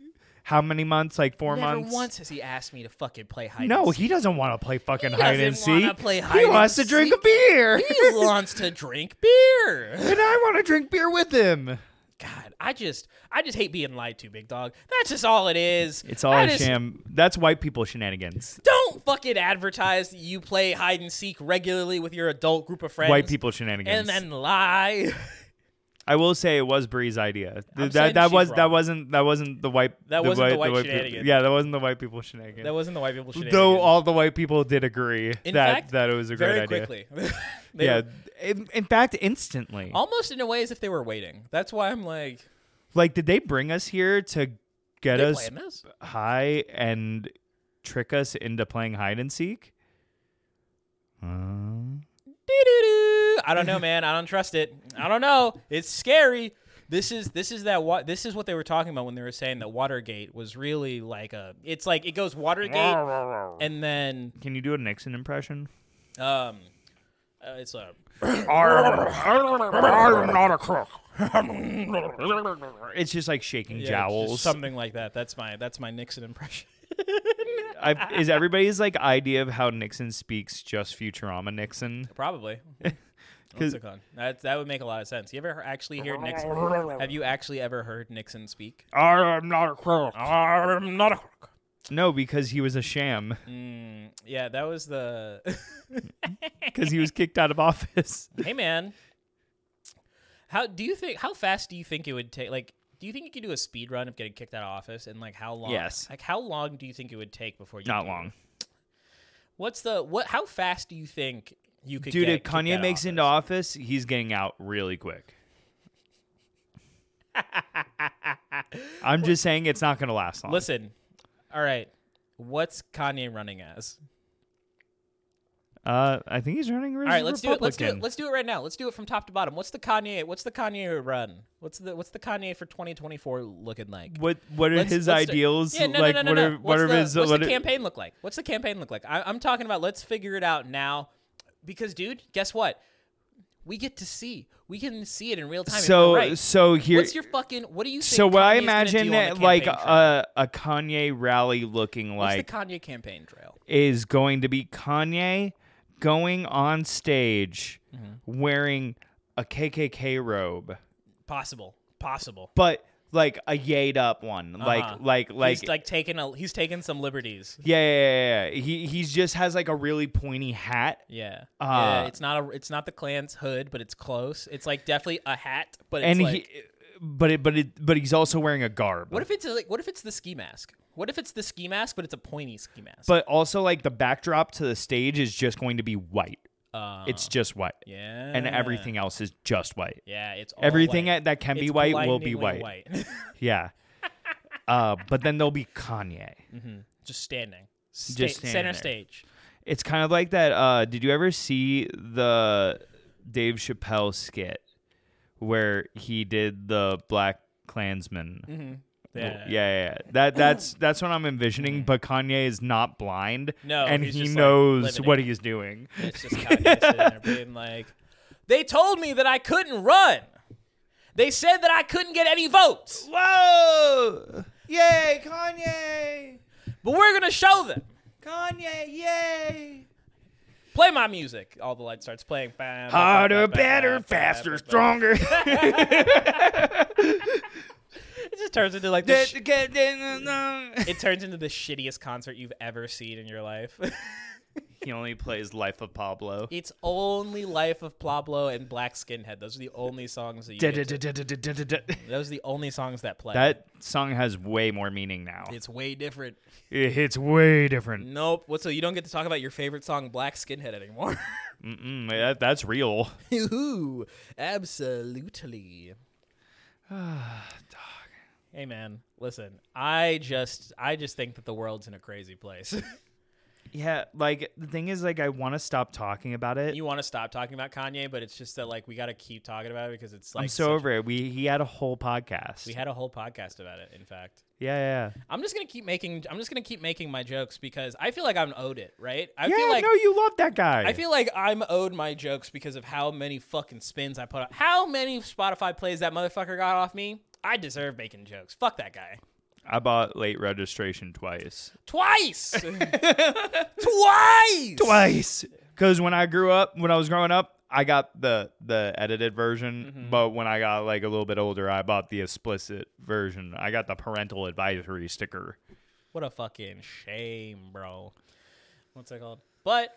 how many months? Like four Never months. once has he asked me to fucking play hide. no, and seek. he doesn't want to play fucking hide and doesn't wanna seek. play hide he and wants to drink a seek. beer, he wants to drink beer. (laughs) and I want to drink beer with him. God, I just I just hate being lied to, big dog. That's just all it is. It's all I a just- sham. That's white people shenanigans. Don't fucking advertise that you play hide and seek regularly with your adult group of friends. White people shenanigans. and then lie. (laughs) I will say it was Bree's idea. saying Th- that that she's was that wrong. wasn't that wasn't the white That wasn't the white people- shenanigans. yeah, that wasn't the white people shenanigans. that wasn't the white people shenanigans. Though all the white people did agree In that fact, that it was a great very idea. quickly. (laughs) They Yeah, were- in, in fact, instantly. almost in a way as if they were waiting. That's why I'm like, Like, did they bring us here to get they us playing this? high and trick us into playing hide and seek? Uh, Doo-doo-doo. I (laughs) don't know, man. I don't trust it. I don't know. It's scary. This is this is that wa- this is what they were talking about when they were saying that Watergate was really like a. It's like it goes (laughs) Watergate, and then can you do a Nixon impression? um, uh, it's a. I'm not a crook. It's just like shaking yeah, jowls. just something like that. That's my that's my Nixon impression. (laughs) I, is everybody's like idea of how Nixon speaks just Futurama Nixon? (laughs) Probably. What's it called? That that would make a lot of sense. You ever he- actually hear Nixon? Have you actually ever heard Nixon speak? I'm not a crook. I'm not a crook. No, because he was (laughs) a sham. Mm, yeah, that was the. (laughs) Because he was kicked out of office. hey, man. How do you think? How fast do you think it would take? Like, do you think you could do a speed run of getting kicked out of office? And like, how long? Yes. Like, how long do you think it would take before you? Not do it? long. What's the what? How fast do you think you could? Dude, get if kicked Kanye out of makes it office? into office, he's getting out (laughs) really quick. I'm just saying it's not going to last long. Listen, all right. What's Kanye running as? Uh, I think he's running. All right, let's do it. Let's do it. Let's do it right now. Let's do it from top to bottom. What's the Kanye? What's the Kanye run? What's the What's the Kanye for 2024 looking like? what What are Let's- his let's do- ideals? Yeah, no, like no, no, what no, are no. what What's are the, his what's what the are- campaign look like? What's the campaign look like? I, I'm talking about let's figure it out now, because dude, guess what? We get to see. We can see it in real time. if So we're right. so here. what's your fucking? What do you? Think so what I Kanye's gonna do imagine on the that, like campaign trail? a a Kanye rally looking what's like the Kanye campaign trail? is going to be Kanye going on stage Mm-hmm. wearing a KKK robe, Possible, possible. but like a yayed up one, Uh-huh. like like like he's like taking a he's taking some liberties. Yeah, yeah, yeah, yeah. He he just has like a really pointy hat. Yeah. Uh, yeah, it's not a it's not the Klan's hood, but it's close. It's like definitely a hat, but it's and like he but it but it but he's also wearing a garb. what if it's like what if it's the ski mask? What if it's the ski mask, but it's a pointy ski mask? but also like the backdrop to the stage is just going to be white. uh, It's just white. yeah, And everything else is just white. Yeah, it's all everything white. that- that can be It's white will be blindingly white. (laughs) Yeah. uh, but then there'll be Kanye. (laughs) Just standing, Sta- standing center there. stage. It's kind of like that. Uh, did you ever see the Dave Chappelle skit where he did the Black Klansman? Mm-hmm. Yeah. yeah, yeah, yeah. That that's that's what I'm envisioning. But Kanye is not blind. No, and he's he just, like, knows living what it. he's doing. It's just Kanye sitting (laughs) there being like, "They told me that I couldn't run. They said that I couldn't get any votes." Whoa! Yay, Kanye! but we're gonna show them. Kanye! Yay! Play my music. All the light starts playing. Bam, bam, Harder, bam, bam, better, bam, bam, faster, bam, bam. (laughs) stronger. It just turns into like the sh- he it turns into the shittiest concert you've ever seen in your life. (laughs) only plays Life of Pablo. it's only Life of Pablo and Black Skinhead. Those are the only songs that you. Get to- those are the only songs that play. (laughs) That song has way more meaning now. it's way different. It hits way different. Nope. What? So you don't get to talk about your favorite song, Black Skinhead, anymore. (laughs) Mm-mm, that, that's real. Ooh, (sighs) absolutely. Hey man, listen. I just, I just think that the world's in a crazy place. (laughs) Yeah, like the thing is, like I want to stop talking about it. you want to stop talking about Kanye, but it's just that like we got to keep talking about it because it's like I'm so such- over it. We he had a whole podcast. we had a whole podcast about it. In fact, yeah, yeah. I'm just gonna keep making. I'm just gonna keep making my jokes because I feel like I'm owed it. Right? I yeah, feel like. no, you love that guy. I feel like I'm owed my jokes because of how many fucking spins I put on. How many Spotify plays that motherfucker got off me? I deserve making jokes. Fuck that guy. I bought late registration twice. (laughs) Twice. Twice. Twice. Because when I grew up, when I was growing up, I got the the edited version. But when I got like a little bit older, I bought the explicit version. I got the parental advisory sticker. What a fucking shame, bro. What's that called? But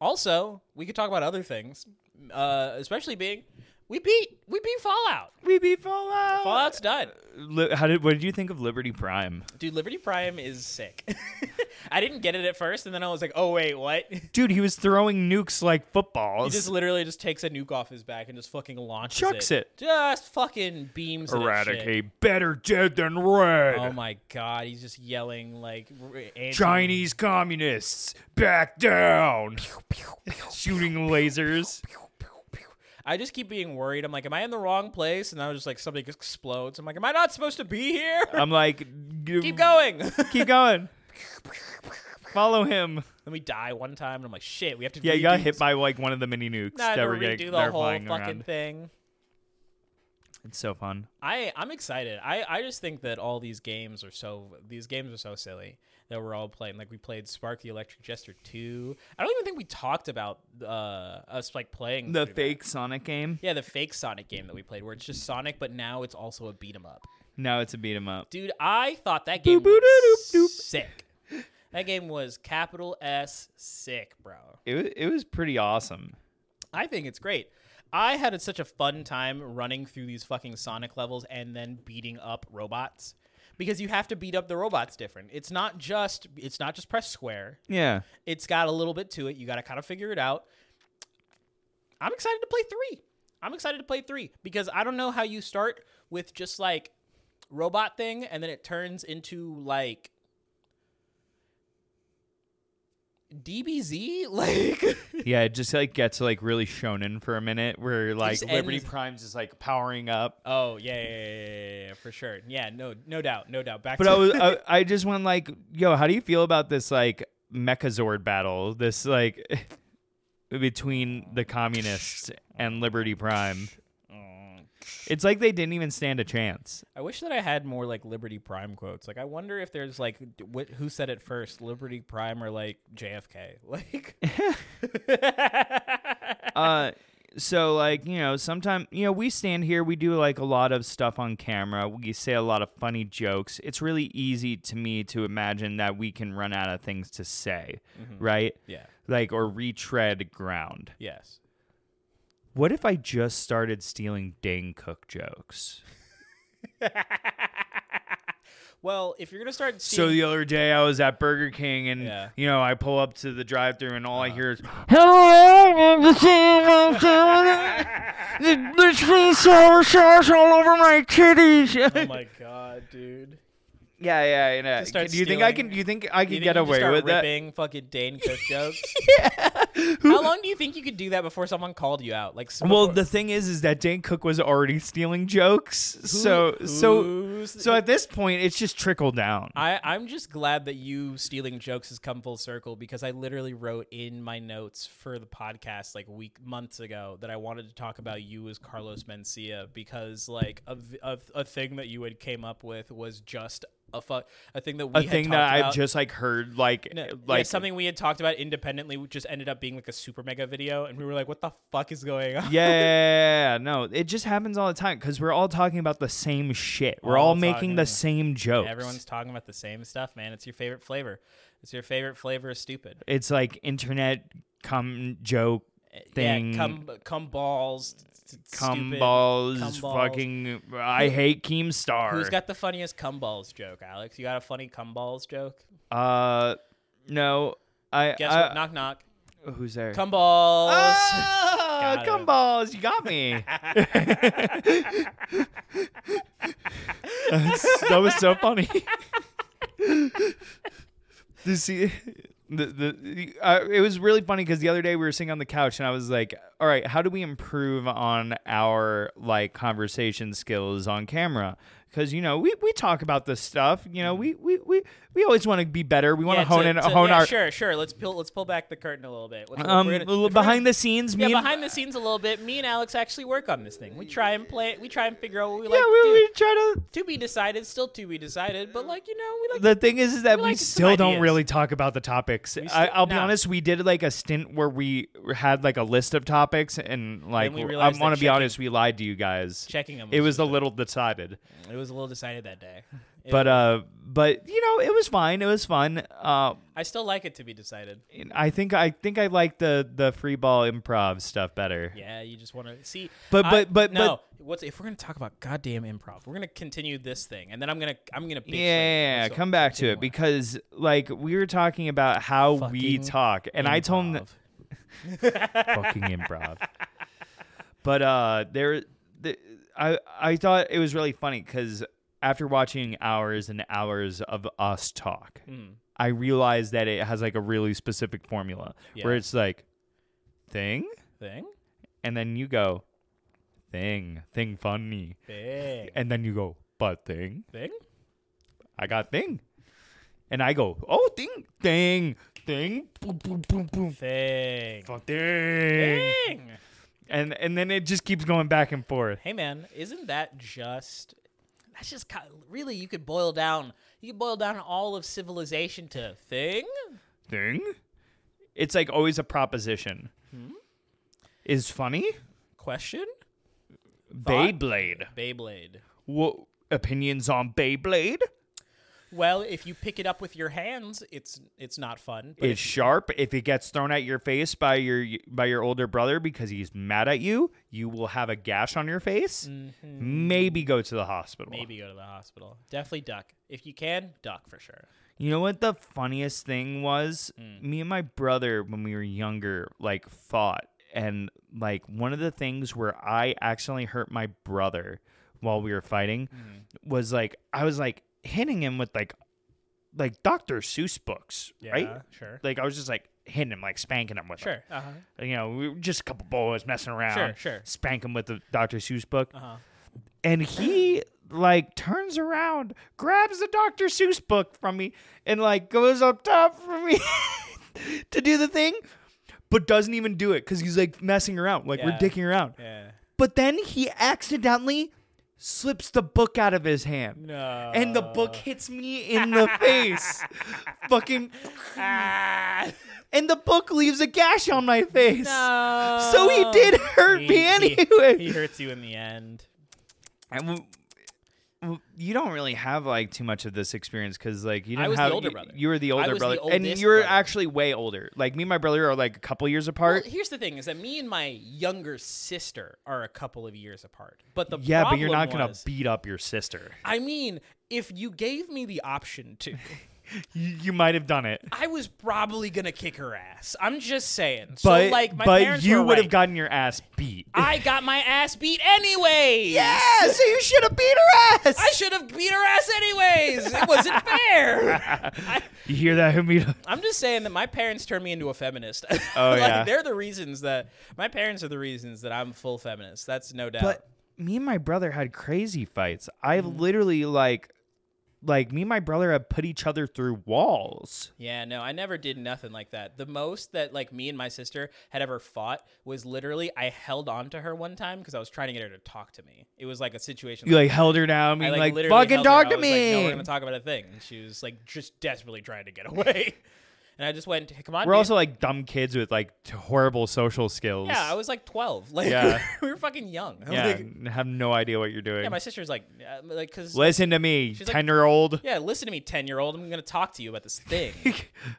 also, we could talk about other things, uh, especially being we beat we beat Fallout. We beat Fallout. Fallout's done, Li- how did? What did you think of Liberty Prime? dude. Liberty Prime is sick. (laughs) I didn't get it at first, and then I was like, oh wait, what? (laughs) He Dude, he was throwing nukes like footballs. just literally just takes a nuke off his back and just fucking launches Chucks it. Just fucking beams it at shit. Eradicate better dead than red. Oh my god, he's just yelling like r- anti- Chinese communists back down. Shooting lasers. I just keep being worried. I'm like, am I in the wrong place? And I was just like, something just explodes. I'm like, am I not supposed to be here? (laughs) I'm like, keep going. (laughs) Keep going. Follow him. Then we die one time, and I'm like, shit, we have to. Yeah, redo you got hit by like one of the mini nukes Nah, that to were redo getting, the they're whole flying fucking around. thing. It's so fun. I I'm excited. I I just think that all these games are so these games are so silly that we're all playing. Like we played Spark the Electric Jester two. I don't even think we talked about uh us like playing through The that. fake Sonic game. Yeah, the fake Sonic game that we played, where it's just Sonic, but now it's also a beat 'em up. Now it's a beat 'em up. Dude, I thought that game Boop, boop, was doop, doop. sick. That game was capital S sick, bro. It was, it was pretty awesome. I think it's great. I had such a fun time running through these fucking Sonic levels and then beating up robots because you have to beat up the robots different. It's not just it's not just press square. Yeah. It's got a little bit to it. You got to kind of figure it out. I'm excited to play 3. I'm excited to play 3 because I don't know how you start with just like robot thing and then it turns into like DBZ (laughs) like Yeah, it just like gets like really shonen for a minute where like just Liberty ends- Primes is like powering up. Oh yeah, yeah, yeah, yeah, yeah, yeah, for sure. Yeah, no, no doubt, no doubt. Back But to I was (laughs) I, I just went like, yo, how do you feel about this like Mechazord battle? This like (laughs) between the communists and Liberty Prime. It's like they didn't even stand a chance. I wish that I had more like Liberty Prime quotes. Like, I wonder if there's like d- wh- who said it first, Liberty Prime or like JFK. (laughs) Like, Uh so like, you know, sometimes you know, we stand here, we do like a lot of stuff on camera. We say a lot of funny jokes. It's really easy to me to imagine that we can run out of things to say, right? yeah, Like or retread ground. yes. What if I just started stealing Dane Cook jokes? Well, if you're gonna start, So seeing, the other day I was at Burger King and Yeah. Uh-huh. you know I pull up to the drive-thru and all I (laughs) hear is "Hello, there's free sour sauce all over my (laughs) titties." oh yeah, my god, (laughs) dude. yeah, yeah. Just start do you think I stealing- can? Do you think I You can think get you just away start with that? ripping fucking (laughs) Dane Cook jokes. How long do you think you could do that before someone called you out? Like, s- Well, before- the thing is, is that Dane Cook was already stealing jokes, so so who's- so at this point it's just trickled down. I, I'm just glad that you stealing jokes has come full circle because I literally wrote in my notes for the podcast like week months ago that I wanted to talk about you as Carlos Mencia because like a, v- a, a thing that you had came up with was just a fu- a thing that we a had thing talked that about. I've just like heard like No, like like something we had talked about independently just ended up being like a super mega video and we were like what the fuck is going on yeah, no, it just happens all the time because we're all talking about the same shit. We're All all, making the talking- same jokes. everyone's talking about the same stuff man it's your favorite flavor it's your favorite flavor of stupid it's like internet cum joke thing. Yeah, cum, cum balls. s- s- cum stupid, balls, cum balls. fucking. I hate Keemstar. Who's got the funniest cum balls joke, Alex? You got a funny cum balls joke? Uh, no, I. Guess I- what? Knock knock. Who's there? Cum balls. Uh, Ah, Got cum it. balls, you got me. (laughs) that was so funny. you see, the the uh, it was really funny because the other day we were sitting on the couch and I was like, "All right, how do we improve on our like conversation skills on camera?" Because you know we, we talk about this stuff. You know we we, we, we always want to be better. We want Mm-hmm. Yeah, to hone to- in to- hone yeah, our Sure, sure. Let's pull. Let's pull back the curtain a little bit. Let's- if um we're gonna- l- if we're behind gonna- the scenes. yeah, me and- behind the scenes a little bit. Me and Alex actually work on this thing. We try and play it. We try and figure out what we like yeah, to we, do. we try to To be decided, still to be decided. But like you know, we like the thing is, is that We we, like some still don't ideas. really talk about the topics. I, still- I'll be no. honest, we did like a stint where we had like a list of topics, and like we I realized want that to be honest, we lied to you guys. checking them. It was a little decided, It was a little decided that day. It- but uh, but you know, it was fine. It was fun. Uh, I still like it to be decided. I think I think I like the the free ball improv stuff better. Yeah, you just want to see. But- I- but- but- no. What's if we're gonna talk about goddamn improv? We're gonna continue this thing, and then I'm gonna I'm gonna bitch later. Yeah, So come back to continue it on. because like we were talking about how we Fucking talk, and I told him that, Improv. (laughs) fucking improv. But uh, there, the, I I thought it was really funny because after watching hours and hours of us talk, I realized that it has like a really specific formula where Yeah. it's like thing, thing and then you go thing, thing funny, thing and then you go but thing, thing. I got thing, and I go oh thing thing thing boom boom boom boom Thing. fuck thing. Thing. and and then it just keeps going back and forth. Hey man, isn't that just? That's just kind really you could boil down. You could boil down all of civilization to thing. Thing, it's like always a proposition. Is funny Question. Beyblade. Beyblade. What opinions on Beyblade? Well, if you pick it up with your hands, it's it's not fun. But It's sharp. If it gets thrown at your face by your by your older brother because he's mad at you, you will have a gash on your face. Maybe go to the hospital. maybe go to the hospital. Definitely duck. If you can, duck for sure. You know what the funniest thing was? Mm. Me and my brother, when we were younger, like fought. And like one of the things where I accidentally hurt my brother while we were fighting Mm. was like, I was like hitting him with like, like Dr. Seuss books, Yeah, right? sure. Like I was just like hitting him, like spanking him with them. Sure. Uh-huh. You know, we were just a couple boys messing around. Sure, sure. Spank him with the Dr. Seuss book. Uh-huh. And he like turns around, grabs the Dr. Seuss book from me, and like goes up top for me (laughs) to do the thing, but doesn't even do it because he's like messing around, like Yeah. we're dicking around. Yeah. But then he accidentally slips the book out of his hand. No. And the book hits me in the face. (laughs) Fucking. Ah. And the book leaves a gash on my face. No. So he did hurt He- me (laughs) anyway. He, he hurts you in the end. And w- w- you don't really have like too much of this experience because like you I didn't was the have older you, brother. you were the I older was the brother, and oldest you're brother. actually way older. Like me and my brother are like a couple years Well, apart. here's the thing: is that me and my younger sister are a couple of years apart. But the yeah, but you're problem not gonna was- beat up your sister. I mean, if you gave me the option (laughs) to, You, you might have done it, I was probably gonna kick her ass. I'm just saying. So but like, my but parents you were would have right. gotten your ass beat. I got my ass beat anyways. yeah, so you should have beat her ass. I should have beat her ass anyways. It wasn't (laughs) fair. I, you hear that, Humita? I'm just saying that my parents turned me into a feminist. (laughs) Oh, like, yeah. They're the reasons that my parents are the reasons that I'm full feminist. That's no doubt. But me and my brother had crazy fights. I've Mm. literally like, like me and my brother have put each other through walls. Yeah, no, I never did nothing like that. The most that like me and my sister had ever fought was literally I held on to her one time because I was trying to get her to talk to me. It was like a situation. You like held her down, I, being like, literally "Fucking held her. talk I to was Like, no, we're me." gonna talk about a thing. And she was like just desperately trying to get (laughs) away. And I just went, "Hey, come on. We're dude." also like dumb kids with like t- horrible social skills. yeah, I was like twelve. (laughs) Like Yeah. we were fucking young. I'm yeah, like- and have no idea what you're doing. yeah. My sister's like, uh, like, cause Listen to me, like- ten year old. yeah, listen to me, ten year old. I'm gonna talk to you about this thing. (laughs)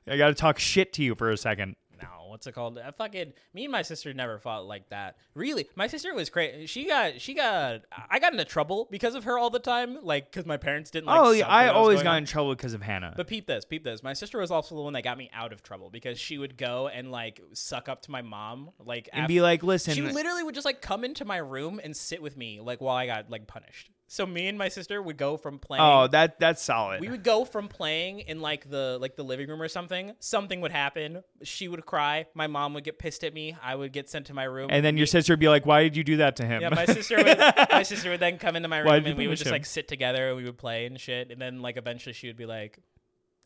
I gotta talk shit to you for a second. no, what's it called? I fucking me and my sister never fought like that. Really, my sister was crazy. She got she got I got into trouble because of her all the time. Like because my parents didn't. Like, oh, suck yeah, that I was always going got on. in trouble because of Hannah. But peep this, peep this. My sister was also the one that got me out of trouble because she would go and like suck up to my mom, like and af- be like, listen, She literally would just like come into my room and sit with me, like while I got like punished. So me and my sister would go from playing. oh, that that's solid. We would go from playing in like the like the living room or something. Something would happen. She would cry. My mom would get pissed at me. I would get sent to my room. and then your sister would be like, "Why did you do that to him?" yeah, (laughs) my sister would my sister would then come into my Why'd room you and we would punish just him? like sit together and we would play and shit. And then like eventually she would be like,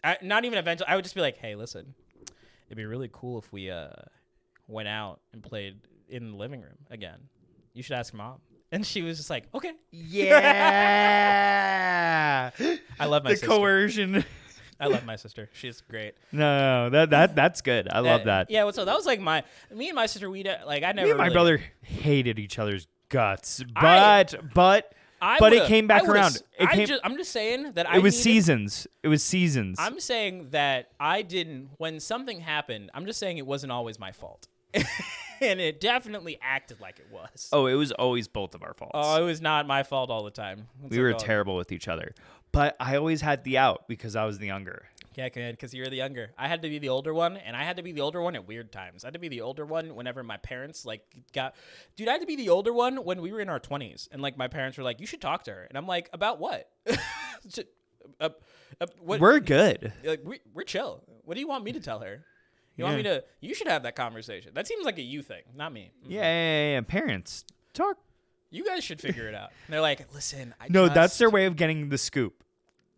I, not even eventually. I would just be like, hey, listen, it'd be really cool if we uh went out and played in the living room again. You should ask mom. And she was just like, okay, yeah. I love (laughs) my the sister. coercion. (laughs) I love my sister. She's great. no, no, that that that's good. I love Uh, that. Yeah, well, so that was like my me and my sister. We de- like I never. Me and my really- brother hated each other's guts, I- but but I but it would've- came back I would've around. s- It I came- Just, I'm just saying that I it was needed- seasons. It was seasons. I'm saying that I didn't. When something happened, I'm just saying it wasn't always my fault, (laughs) and it definitely acted like it was. oh, it was always both of our faults. Oh, it was not my fault all the time. It's we like, were oh, terrible with each other, but I always had the out because I was the younger. Yeah, because you're the younger. I had to be the older one, and I had to be the older one at weird times. I had to be the older one whenever my parents like got. Dude, I had to be the older one when we were in our twenties, and like my parents were like, "You should talk to her," and I'm like, "About what?" (laughs) J- uh, uh, what We're good. like we, we're chill. What do you want me to tell her? You want me to? You should have that conversation. That seems like a you thing, not me. Yeah, yeah, yeah, yeah. Parents talk. You guys should figure it out. And they're like, listen, I No, that's just- their way of getting the scoop.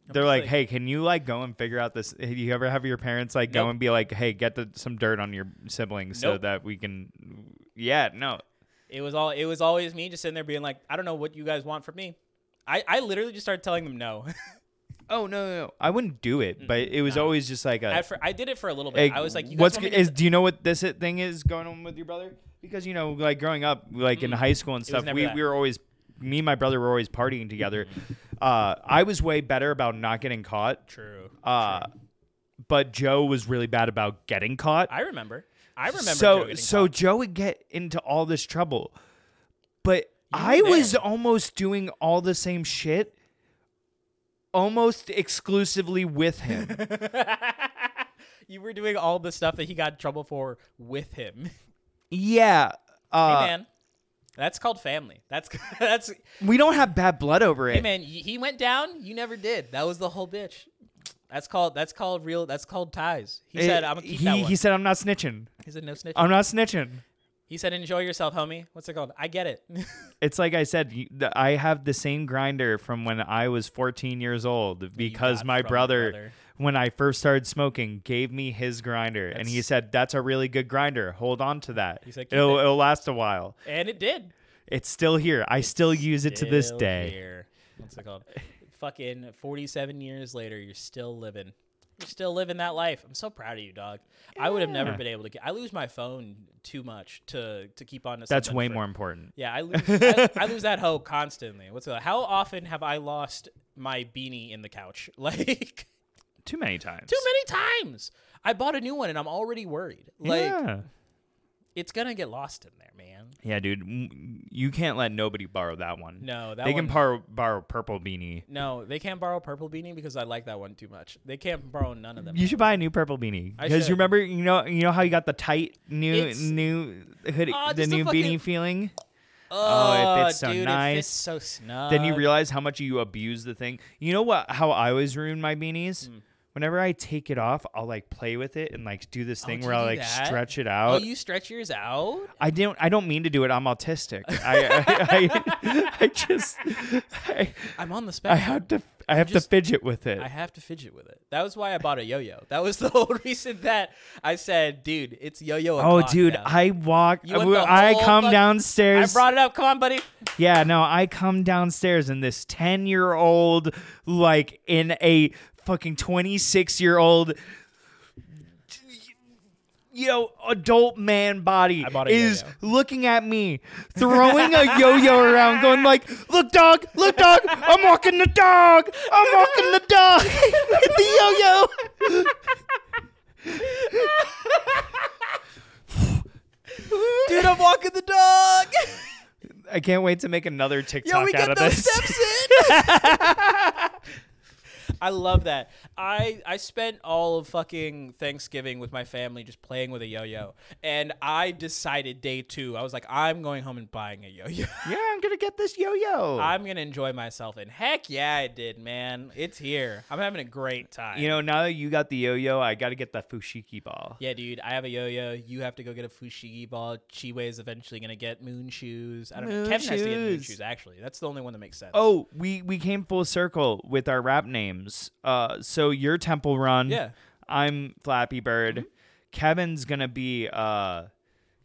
They're just like, like- hey, can you like go and figure out this? Do you ever have your parents like go Nope. and be like, hey, get the, some dirt on your siblings so Nope. that we can? Yeah, no. It was all. It was always me just sitting there being like, I don't know what you guys want from me. I, I literally just started telling them no. (laughs) Oh no, no, no. I wouldn't do it, but it was always just like a. Mm-hmm. I, for, I did it for a little bit. Hey, I was like, you guys "What's want me g- to- is? Do you know what this i- thing is going on with your brother? Because you know, like growing up, like in high school and Mm-hmm. was stuff, never we, that. Mm-hmm. we were always me and my brother were always partying together. Uh, I was way better about not getting caught. True. Uh, but Joe was really bad about getting caught. I remember. I remember. Joe so getting so caught. Joe would get into all this trouble, but I there. was almost doing all the same shit, almost exclusively with him. (laughs) you were doing all the stuff that he got in trouble for with him. (laughs) yeah, uh, hey man, that's called family. That's (laughs) that's. we don't have bad blood over it. Hey man, y- he went down. You never did. That was the whole bitch. That's called that's called real. That's called ties. He It- said, "I'm gonna keep Eh, he, that one." he said, "I'm not snitching. He said, "No snitch." I'm not snitching." he said, "Enjoy yourself, homie." What's it called? I get it. (laughs) It's like I said, you- th- I have the same grinder from when I was 14 years old because got my from your brother, brother. when I first started smoking, gave me his grinder, and he That's- said, "That's a really good grinder. Hold on to that. He said, "Keep it'll, it." it'll last a while. and it did. It's still here. I still use it to this Still day." here. What's it called? Fucking 47 years later, you're still living. You're still living that life. I'm so proud of you, dog. I would have never Yeah. been able to. Get, I lose my phone too much to to keep on to. That's something way for- more important. Yeah, I lose. I, I lose that hoe constantly. What's it? called? How often have I lost my beanie in the couch? (laughs) Like Too many times. too many times. I bought a new one and I'm already worried. Like yeah. it's gonna get lost in there, man. yeah, dude. M- You can't let nobody borrow that one. No, that they one, can borrow borrow purple beanie. No, they can't borrow purple beanie because I like that one too much. They can't borrow none of them. You should buy a new purple beanie I because should. you remember, you know, you know how you got the tight new It's- new hoodie, Aw, the just a new fucking- beanie feeling. Oh, Oh, it fits so dude, It nice. fits so snug. then you realize how much you abuse the thing. You know what? How I always ruin my beanies. Hmm. Whenever I take it off, I'll like play with it and like do this thing Oh, do where I you like do that? stretch it Oh, out. you stretch yours out? I don't. I don't mean to do it. I'm (laughs) autistic. I I, I, I just I, I'm on the (laughs) I spectrum. have to I have just- to fidget with it. I have to fidget with it. That was why I bought a yo-yo. That was (laughs) the whole reason that I said, dude, it's yo-yo. oh, o'clock dude, now. I walk. You went the I whole come fuck- I downstairs. brought it up. Come on, buddy. (laughs) Yeah, no, I come downstairs and this 10 year old, like in a fucking 26 year old, you know, adult man body I bought a is yo-yo. looking at (laughs) me, throwing a yo yo around, going like, Look, dog, look, dog, I'm walking the dog, I'm walking the dog (laughs) with the yo yo. Dude, I'm walking the dog. (laughs) I can't wait to make another Yo, TikTok we out got of those this. steps in. (laughs) I love that. I I spent all of fucking Thanksgiving with my family just playing with a yo-yo, and I decided day two. I was like, I'm going home and buying a yo-yo. (laughs) yeah, I'm going to get this yo yo. (laughs) I'm gonna enjoy myself, and heck yeah, I did, man. It's here. I'm having a great time. You know, now that you got the yo-yo, I got to get the fushiki ball. Yeah, dude, I have a yo-yo. You have to go get a fushigi ball. Chiwe is eventually gonna get moon shoes. I don't know. Moon Kevin has to get moon shoes. shoes. Actually, that's the only one that makes sense. Oh, we we came full circle with our rap names. Uh, so your Temple Run. Yeah. Mm-hmm. I'm Flappy Bird. Kevin's gonna be uh,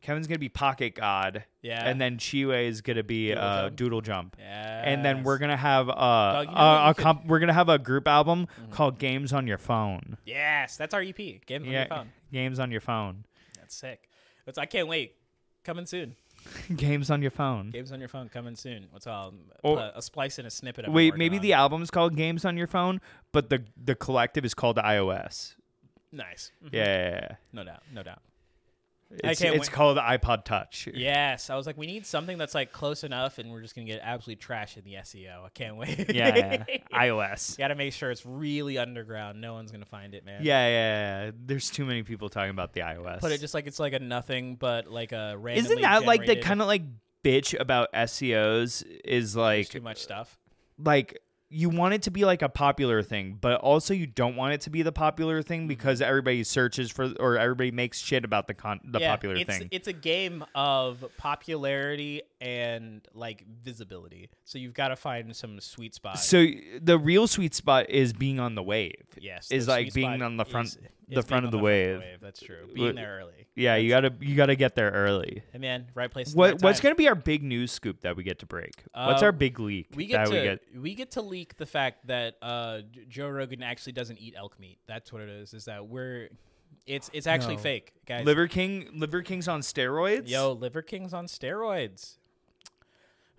Kevin's gonna be Pocket God. Yeah. And then Chiwe is gonna be Doodle uh, Jump. Doodle Jump. yeah. And then we're gonna have uh, you know what a, you a comp- we're gonna have a group album called Games on Your Phone. yes, that's our EP. Game on your phone. Games on Your Phone. (laughs) That's sick. That's, I can't wait. Coming soon. Games on Your Phone. Games on your phone coming soon. What's all um, Oh. a, a splice and a snippet. I've been Wait, working maybe on. the album's called Games on Your Phone, but the the collective is called iOS. nice. Mhm. Yeah, yeah, yeah. No doubt. No doubt. I It's, can't it's wait. called iPod Touch. (laughs) Yes, I was like, we need something that's like close enough, and we're just gonna get absolutely trash in the SEO. I can't wait. (laughs) Yeah, yeah. iOS. Yeah. Got to make sure it's really underground. No one's gonna find it, man. Yeah, yeah, There's too many people talking about the iOS. Put it just like it's like a nothing, but like a random. Isn't that like the kind of like bitch about SEOs is like too much stuff? like you want it to be like a popular thing, but also you don't want it to be the popular Mm-hmm. thing because everybody searches for or everybody makes shit about the con the Yeah, popular it's, thing. It's a game of popularity and like visibility. So you've got to find some sweet spot. so the real sweet spot is being on the wave. yes, is the like sweet being spot on the front- is- the is front being of the on wave. That's true. Wh- Being there early. Yeah, you gotta you gotta get there early. Hey man, right place. at the right What what's time. gonna be our big news scoop that we get to break? what's Uh, our big leak we get that to we get? to leak the fact that uh, J- Joe Rogan actually doesn't eat elk meat. That's what it is. Is that we're it's it's actually No. fake, guys. Liver King, Liver King's on steroids. Yo, Liver King's on steroids.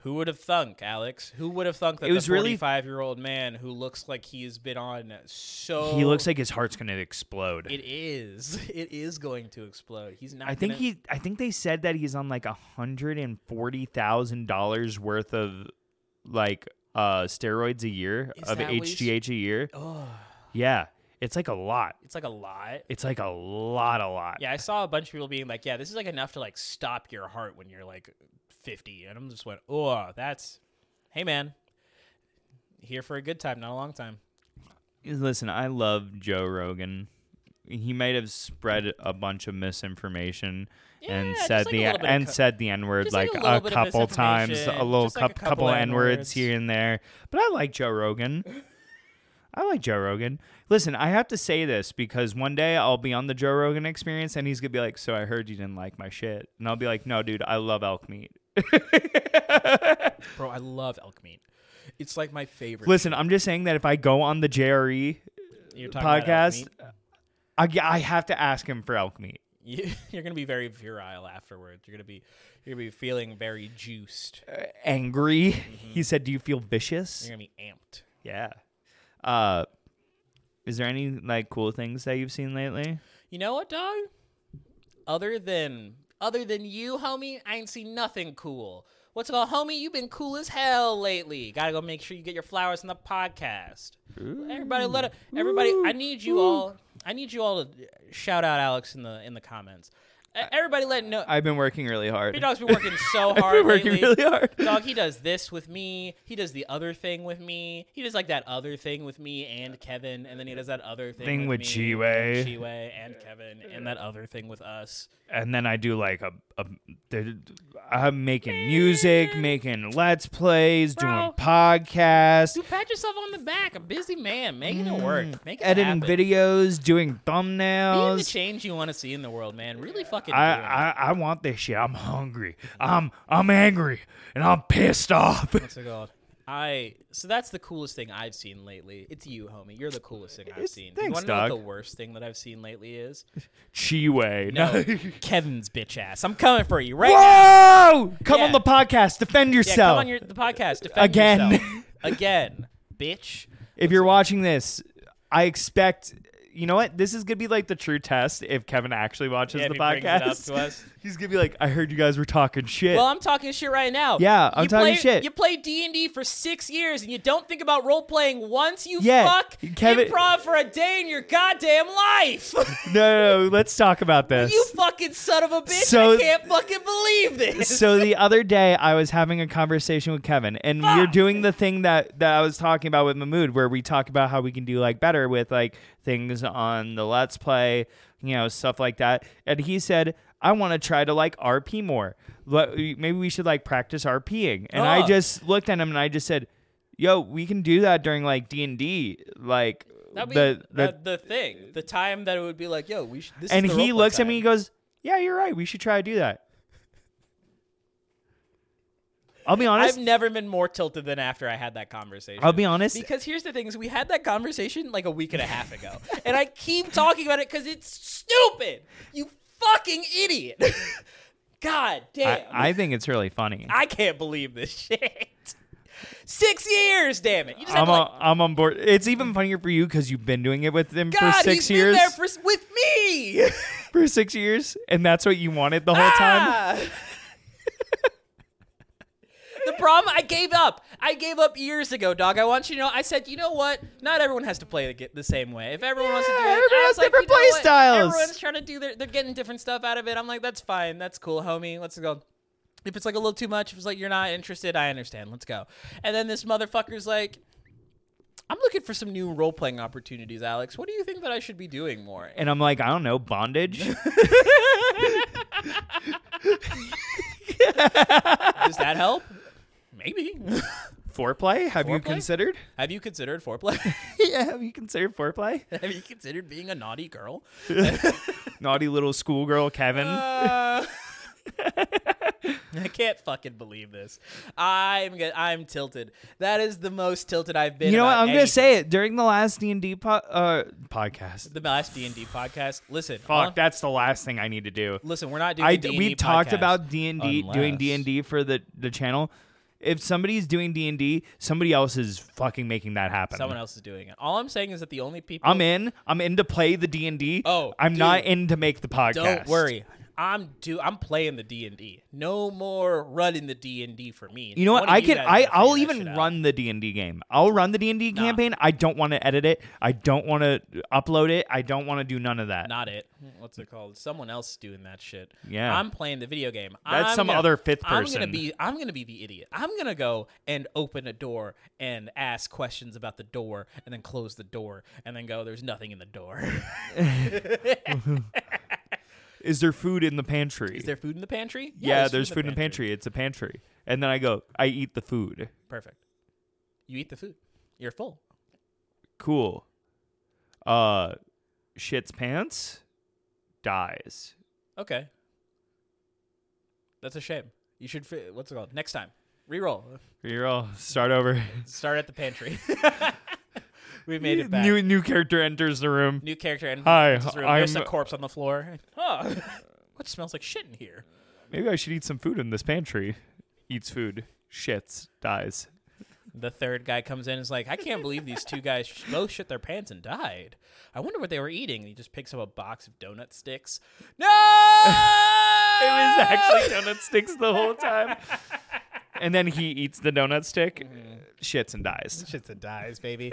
Who would have thunk, Alex? Who would have thunk that It was the really- 45 year old man who looks like he's been on so He looks like his heart's gonna explode. it is (laughs) it is going to explode. He's not. I think gonna- he. I think they said that he's on like a hundred and forty thousand dollars worth of like uh steroids a year Is of that what he's- HGH a year. Ugh. Yeah, it's like a lot. it's like a lot. It's like a lot, a lot. Yeah, I saw a bunch of people being like, "Yeah, this is like enough to like stop your heart when you're like 50," and I'm just went, "Oh, that's hey man, here for a good time, not a long time." Listen, I love Joe Rogan. He might have spread a bunch of misinformation Yeah, and just said like a the little bit of and co- said the n word just like like, a little a, bit of couple times, a misinformation, little just like a coup- couple couple n N-words. words here and there. But I like Joe Rogan. (laughs) I like Joe Rogan. Listen, I have to say this because one day I'll be on the Joe Rogan experience and he's gonna be like, "So I heard you didn't like my shit," and I'll be like, "No, dude, I love elk meat." Bro, I love elk meat. It's like my favorite. Listen, I'm just saying that if I go on the JRE You're talking about elk podcast, meat. I, I have to ask him for elk meat. You- (laughs) you're gonna be very virile afterwards. You're gonna be you're gonna be feeling very juiced. Uh. angry. He said, "Do you feel vicious?" You're gonna be amped. Mm-hmm. Yeah. Uh, is there any like cool things that you've seen lately? You know what, dog? Other than other than you, homie, I ain't seen nothing cool. What's it called, homie? You've been cool as hell lately. Gotta go make sure you get your flowers in the podcast. Everybody, let it, everybody. I need you all. I need you all to shout out Alex in the in the comments. E- Everybody, let know. I've been working really hard. Big dog's been working so (laughs) I've hard. been working lately. really hard. Dog, he does this with me. He does the other thing with me. He does like that other thing with me and Kevin, and then he does that other thing, Thing with, with me, Chiwe. and Chiwe and Kevin, and that other thing with us. And then I do like a, a the- I'm making music, making let's plays, doing Bro. podcasts, Dude, pat yourself on the back. A busy man, making it work, making it Mm. editing happen. videos, doing Being the thumbnails. change you want to see in the world, man. Really fucking. I, doing it. I I want this shit. I'm hungry. I'm I'm angry, and I'm pissed off. (laughs) What's it called? I so that's the coolest thing I've seen lately. It's you, homie. You're the coolest thing I've It's- seen. you thanks, want to know what the dog. worst thing that I've seen lately (laughs) is? Chiwe. No, Kevin's bitch ass. I'm coming for you right now. Whoa! Come Yeah. on the podcast. Defend Yeah, yourself. come on your the podcast. Defend Again. (laughs) yourself. again, bitch. if you're watching this, I expect. You know what? This is gonna be like the true test if Kevin actually watches Yeah, if the he brings it up podcast. to us. (laughs) He's gonna be like, "I heard you guys were talking (laughs) shit." Well, I'm talking shit right now. Yeah, I'm You talking play- shit. You play D and D for six years and you don't think about role playing once. You Yeah, fuck Kevin- improv for a day in your goddamn life. (laughs) no, no, no, let's talk about this. you fucking son of a bitch! So- I can't fucking believe this. (laughs) so the other day, I was having a conversation with Kevin, and we are Fuck. doing the thing that that I was talking about with Mahmood, where we talk about how we can do like better with like things on the Let's Play, you know, stuff like that. And he said, "I want to try to like RP more. Le- Maybe we should like practice RPing." And I Ah. just looked at him and I just said, "Yo, we can do that during like D and D, like That'd be the the." the, the thing. The time that it would be like, yo, we should. This and is the he roleplay looks at time. me and goes, "Yeah, you're right. We should try to do that." I'll be honest. I've never been more tilted than after I had that conversation. I'll be honest. Because here's the thing: is we had that conversation like a week and a half ago, (laughs) and I keep talking about it because it's stupid. You fucking idiot! (laughs) God damn! I, I think it's really funny. I can't believe this (laughs) shit. Six years, damn it! You just have I'm to, like, on, I'm on board. It's even funnier for you because you've been doing it with him God, for 6 he's years. been there for, s- with me (laughs) for six years, and that's what you wanted the whole time. Ah! the problem, I gave up. I gave up years ago, dog. I want you to know. I said, you know what? Not everyone has to play the, the same way. If everyone wants to do it, Yeah, everyone I was has like, different you know play what? styles. Everyone's trying to do their. They're getting different stuff out of it. I'm like, that's fine. That's cool, homie. Let's go. If it's like a little too much, if it's like you're not interested, I understand. Let's go. And then this motherfucker's like, I'm looking for some new role playing opportunities, Alex. What do you think that I should be doing more? And I'm like, I don't (laughs) know, bondage. Does that help? (laughs) Maybe. (laughs) foreplay? Have you Foreplay? considered? (laughs) Have you considered foreplay? yeah, have you (laughs) considered foreplay? Have you considered being a naughty girl? Naughty little schoolgirl Kevin. Uh, (laughs) I can't fucking believe this. I'm g- I'm tilted. That is the most tilted I've been. you know what? about I'm gonna any- say it during the last D and D po- uh, podcast. the last D and D podcast. Listen, Fuck, huh? that's the last thing I need to do. listen, we're not doing. I d we talked about D and D doing Unless- D and D for the the channel, If somebody's doing D and D, somebody else is fucking making that happen. Someone else is doing it. All I'm saying is that the only people I'm in. I'm in to play the D and D. Oh, I'm not dude. in to make the podcast. Don't worry. I'm do I'm playing the D and D. No more running the D and D for me. You know what? One of I can. guys I gotta I'll figure that even shit out. run the D and D game. I'll run the D and D campaign. I don't want to edit it. I don't want to upload it. I don't want to do none of that. Not it. What's it called? Someone else doing that shit. Yeah. I'm playing the video game. That's I'm some gonna- other fifth I'm gonna person. be. I'm gonna be the idiot. I'm gonna go and open a door and ask questions about the door, and then close the door, and then go. There's nothing in the door. (laughs) Is there food in the pantry? Is there food in the pantry? yeah, there's, food in the pantry. It's a pantry. And then I go. I eat the food. Perfect. You eat the food. You're full. Cool. Uh, shits pants. Dies. Okay. That's a shame. You should. Fi- what's it called? Next time. Reroll. You're all start over. Start at the pantry. (laughs) we made it back. (laughs) new new character enters the room. New character in Hi, this room. There's a I'm- corpse on the floor. (laughs) Oh, what smells like shit in here? Maybe I should eat some food in this pantry. Eats food. Shits. (laughs) Dies. The third guy comes in and is like, I can't believe these two guys sh- both shit their pants and died. I wonder what they were eating. And he just picks up a box of donut sticks. No! (laughs) It (laughs) was actually donut sticks the whole time. And then he eats the donut stick, shits and dies. Shits and dies, (laughs) baby.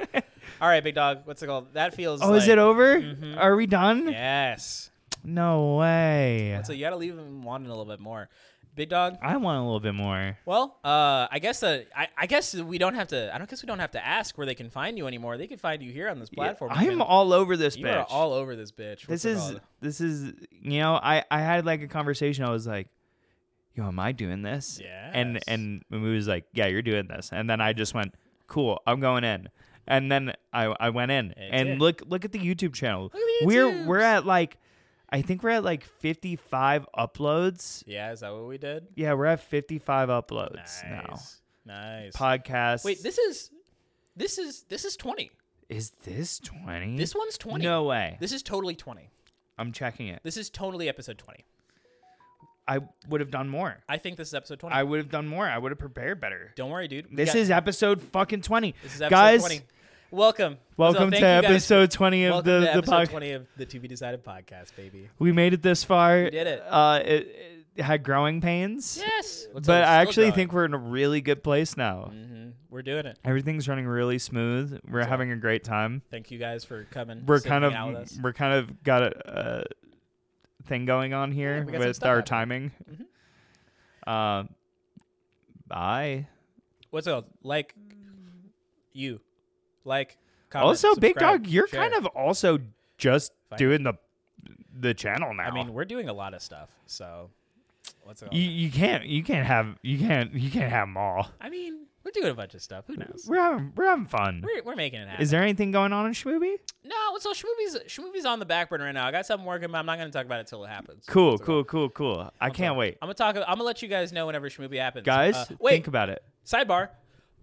All right, big dog. What's it called? That feels. Oh, is like- it over? Are we done? Yes. No way. So you got to leave him wanting a little bit more. Big dog. I want a little bit more. Well, uh, I guess uh, I, I guess we don't have to. I don't guess we don't have to ask where they can find you anymore. They can find you here on this platform. I'm man. all over this You bitch. are all over this bitch. What's this it is called? this is you know I I had like a conversation. I was like, "Yo, am I doing this?" And Yes. and Mamu was like, "Yeah, you're doing this." And then I just went, "Cool, I'm going in." And then I I went in you and did. look look at the YouTube channel. at the we're we're YouTubes. at like I think we're at like 55 uploads. yeah. Is that what we did? Yeah, we're at 55 uploads now. Nice. Nice. Podcast. Wait, this is this is this is twenty. is this 20? This one's twenty. Hmm? No way. This is totally twenty. I'm checking it. This is totally episode twenty. I would have done more. I think this is episode twenty. I would have done more. I would have prepared better. Don't worry, dude. We This got- is episode fucking 20. this is episode guys, twenty. Welcome. welcome So to thank you guys episode 20 for- of welcome the, to the episode podcast. twenty of the To Be Decided podcast, baby. We made it this far. We did it. Uh, it, it had growing pains. Yes. But I actually think we're in a really good place now. hmm We're doing it. Everything's running really smooth. We're having a great time. Thank you guys for coming. We're sitting kind out with us. of we're kind of got a, a thing going on here we got some with stuff our happening. Mm-hmm. timing. Uh, bye. what's else? Like you, like comment, Also, Big subscribe, Dog, you're share. kind of also just Fine. doing the the channel now. I mean, we're doing a lot of stuff, so what's it? You, called? you can't you can't have you can't you can't have them all. I mean, we're doing a bunch of stuff. Who knows? We're having we're having fun. We're, we're making it happen. Is there anything going on in Shmooby? no, so Shmooby's Shmooby's on the back burner right now. I got something working, but I'm not going to talk about it till it happens. Cool, What's it cool, called? cool, cool. I can't wait, I'm gonna talk. I'm gonna let you guys know whenever Shmooby happens. guys. Uh, wait, think about it. sidebar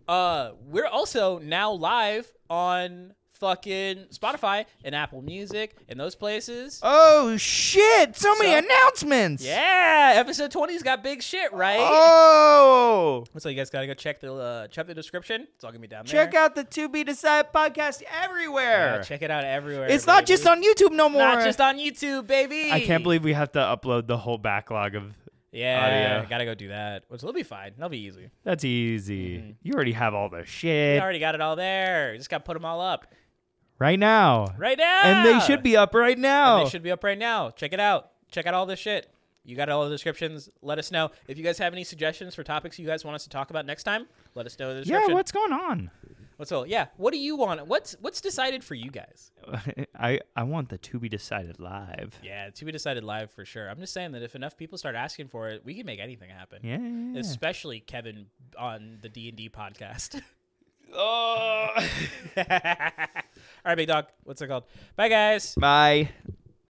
uh we're also now live on fucking spotify and apple music and those places Oh shit! So many So- announcements. yeah episode 20's got big shit right Oh, so you guys gotta go check the uh, check the description it's all gonna be down there out the To Be Decided podcast everywhere. yeah, check it out everywhere baby. on YouTube no more. not just on youtube baby I can't believe we have to upload the whole backlog of. yeah audio. gotta go do that which will be fine that'll be easy That's easy. You already have all the Mm-hmm. we shit already got it all there just gotta put them all up right now, right now and they should be up right now. They should be up right now. Check it out. Check out all this shit. You got all the descriptions. Let us know if you guys have any suggestions for topics you guys want us to talk about next time. Let us know in the yeah, description. what's going on? what's all? Yeah, what do you want? What's what's decided for you guys? (laughs) I I want the to be decided live. Yeah, to be decided live for sure. I'm just saying that if enough people start asking for it, we can make anything happen. Yeah. Especially Kevin on the D and D podcast. (laughs) Oh. all right, big dog. What's it called? Bye, guys. Bye.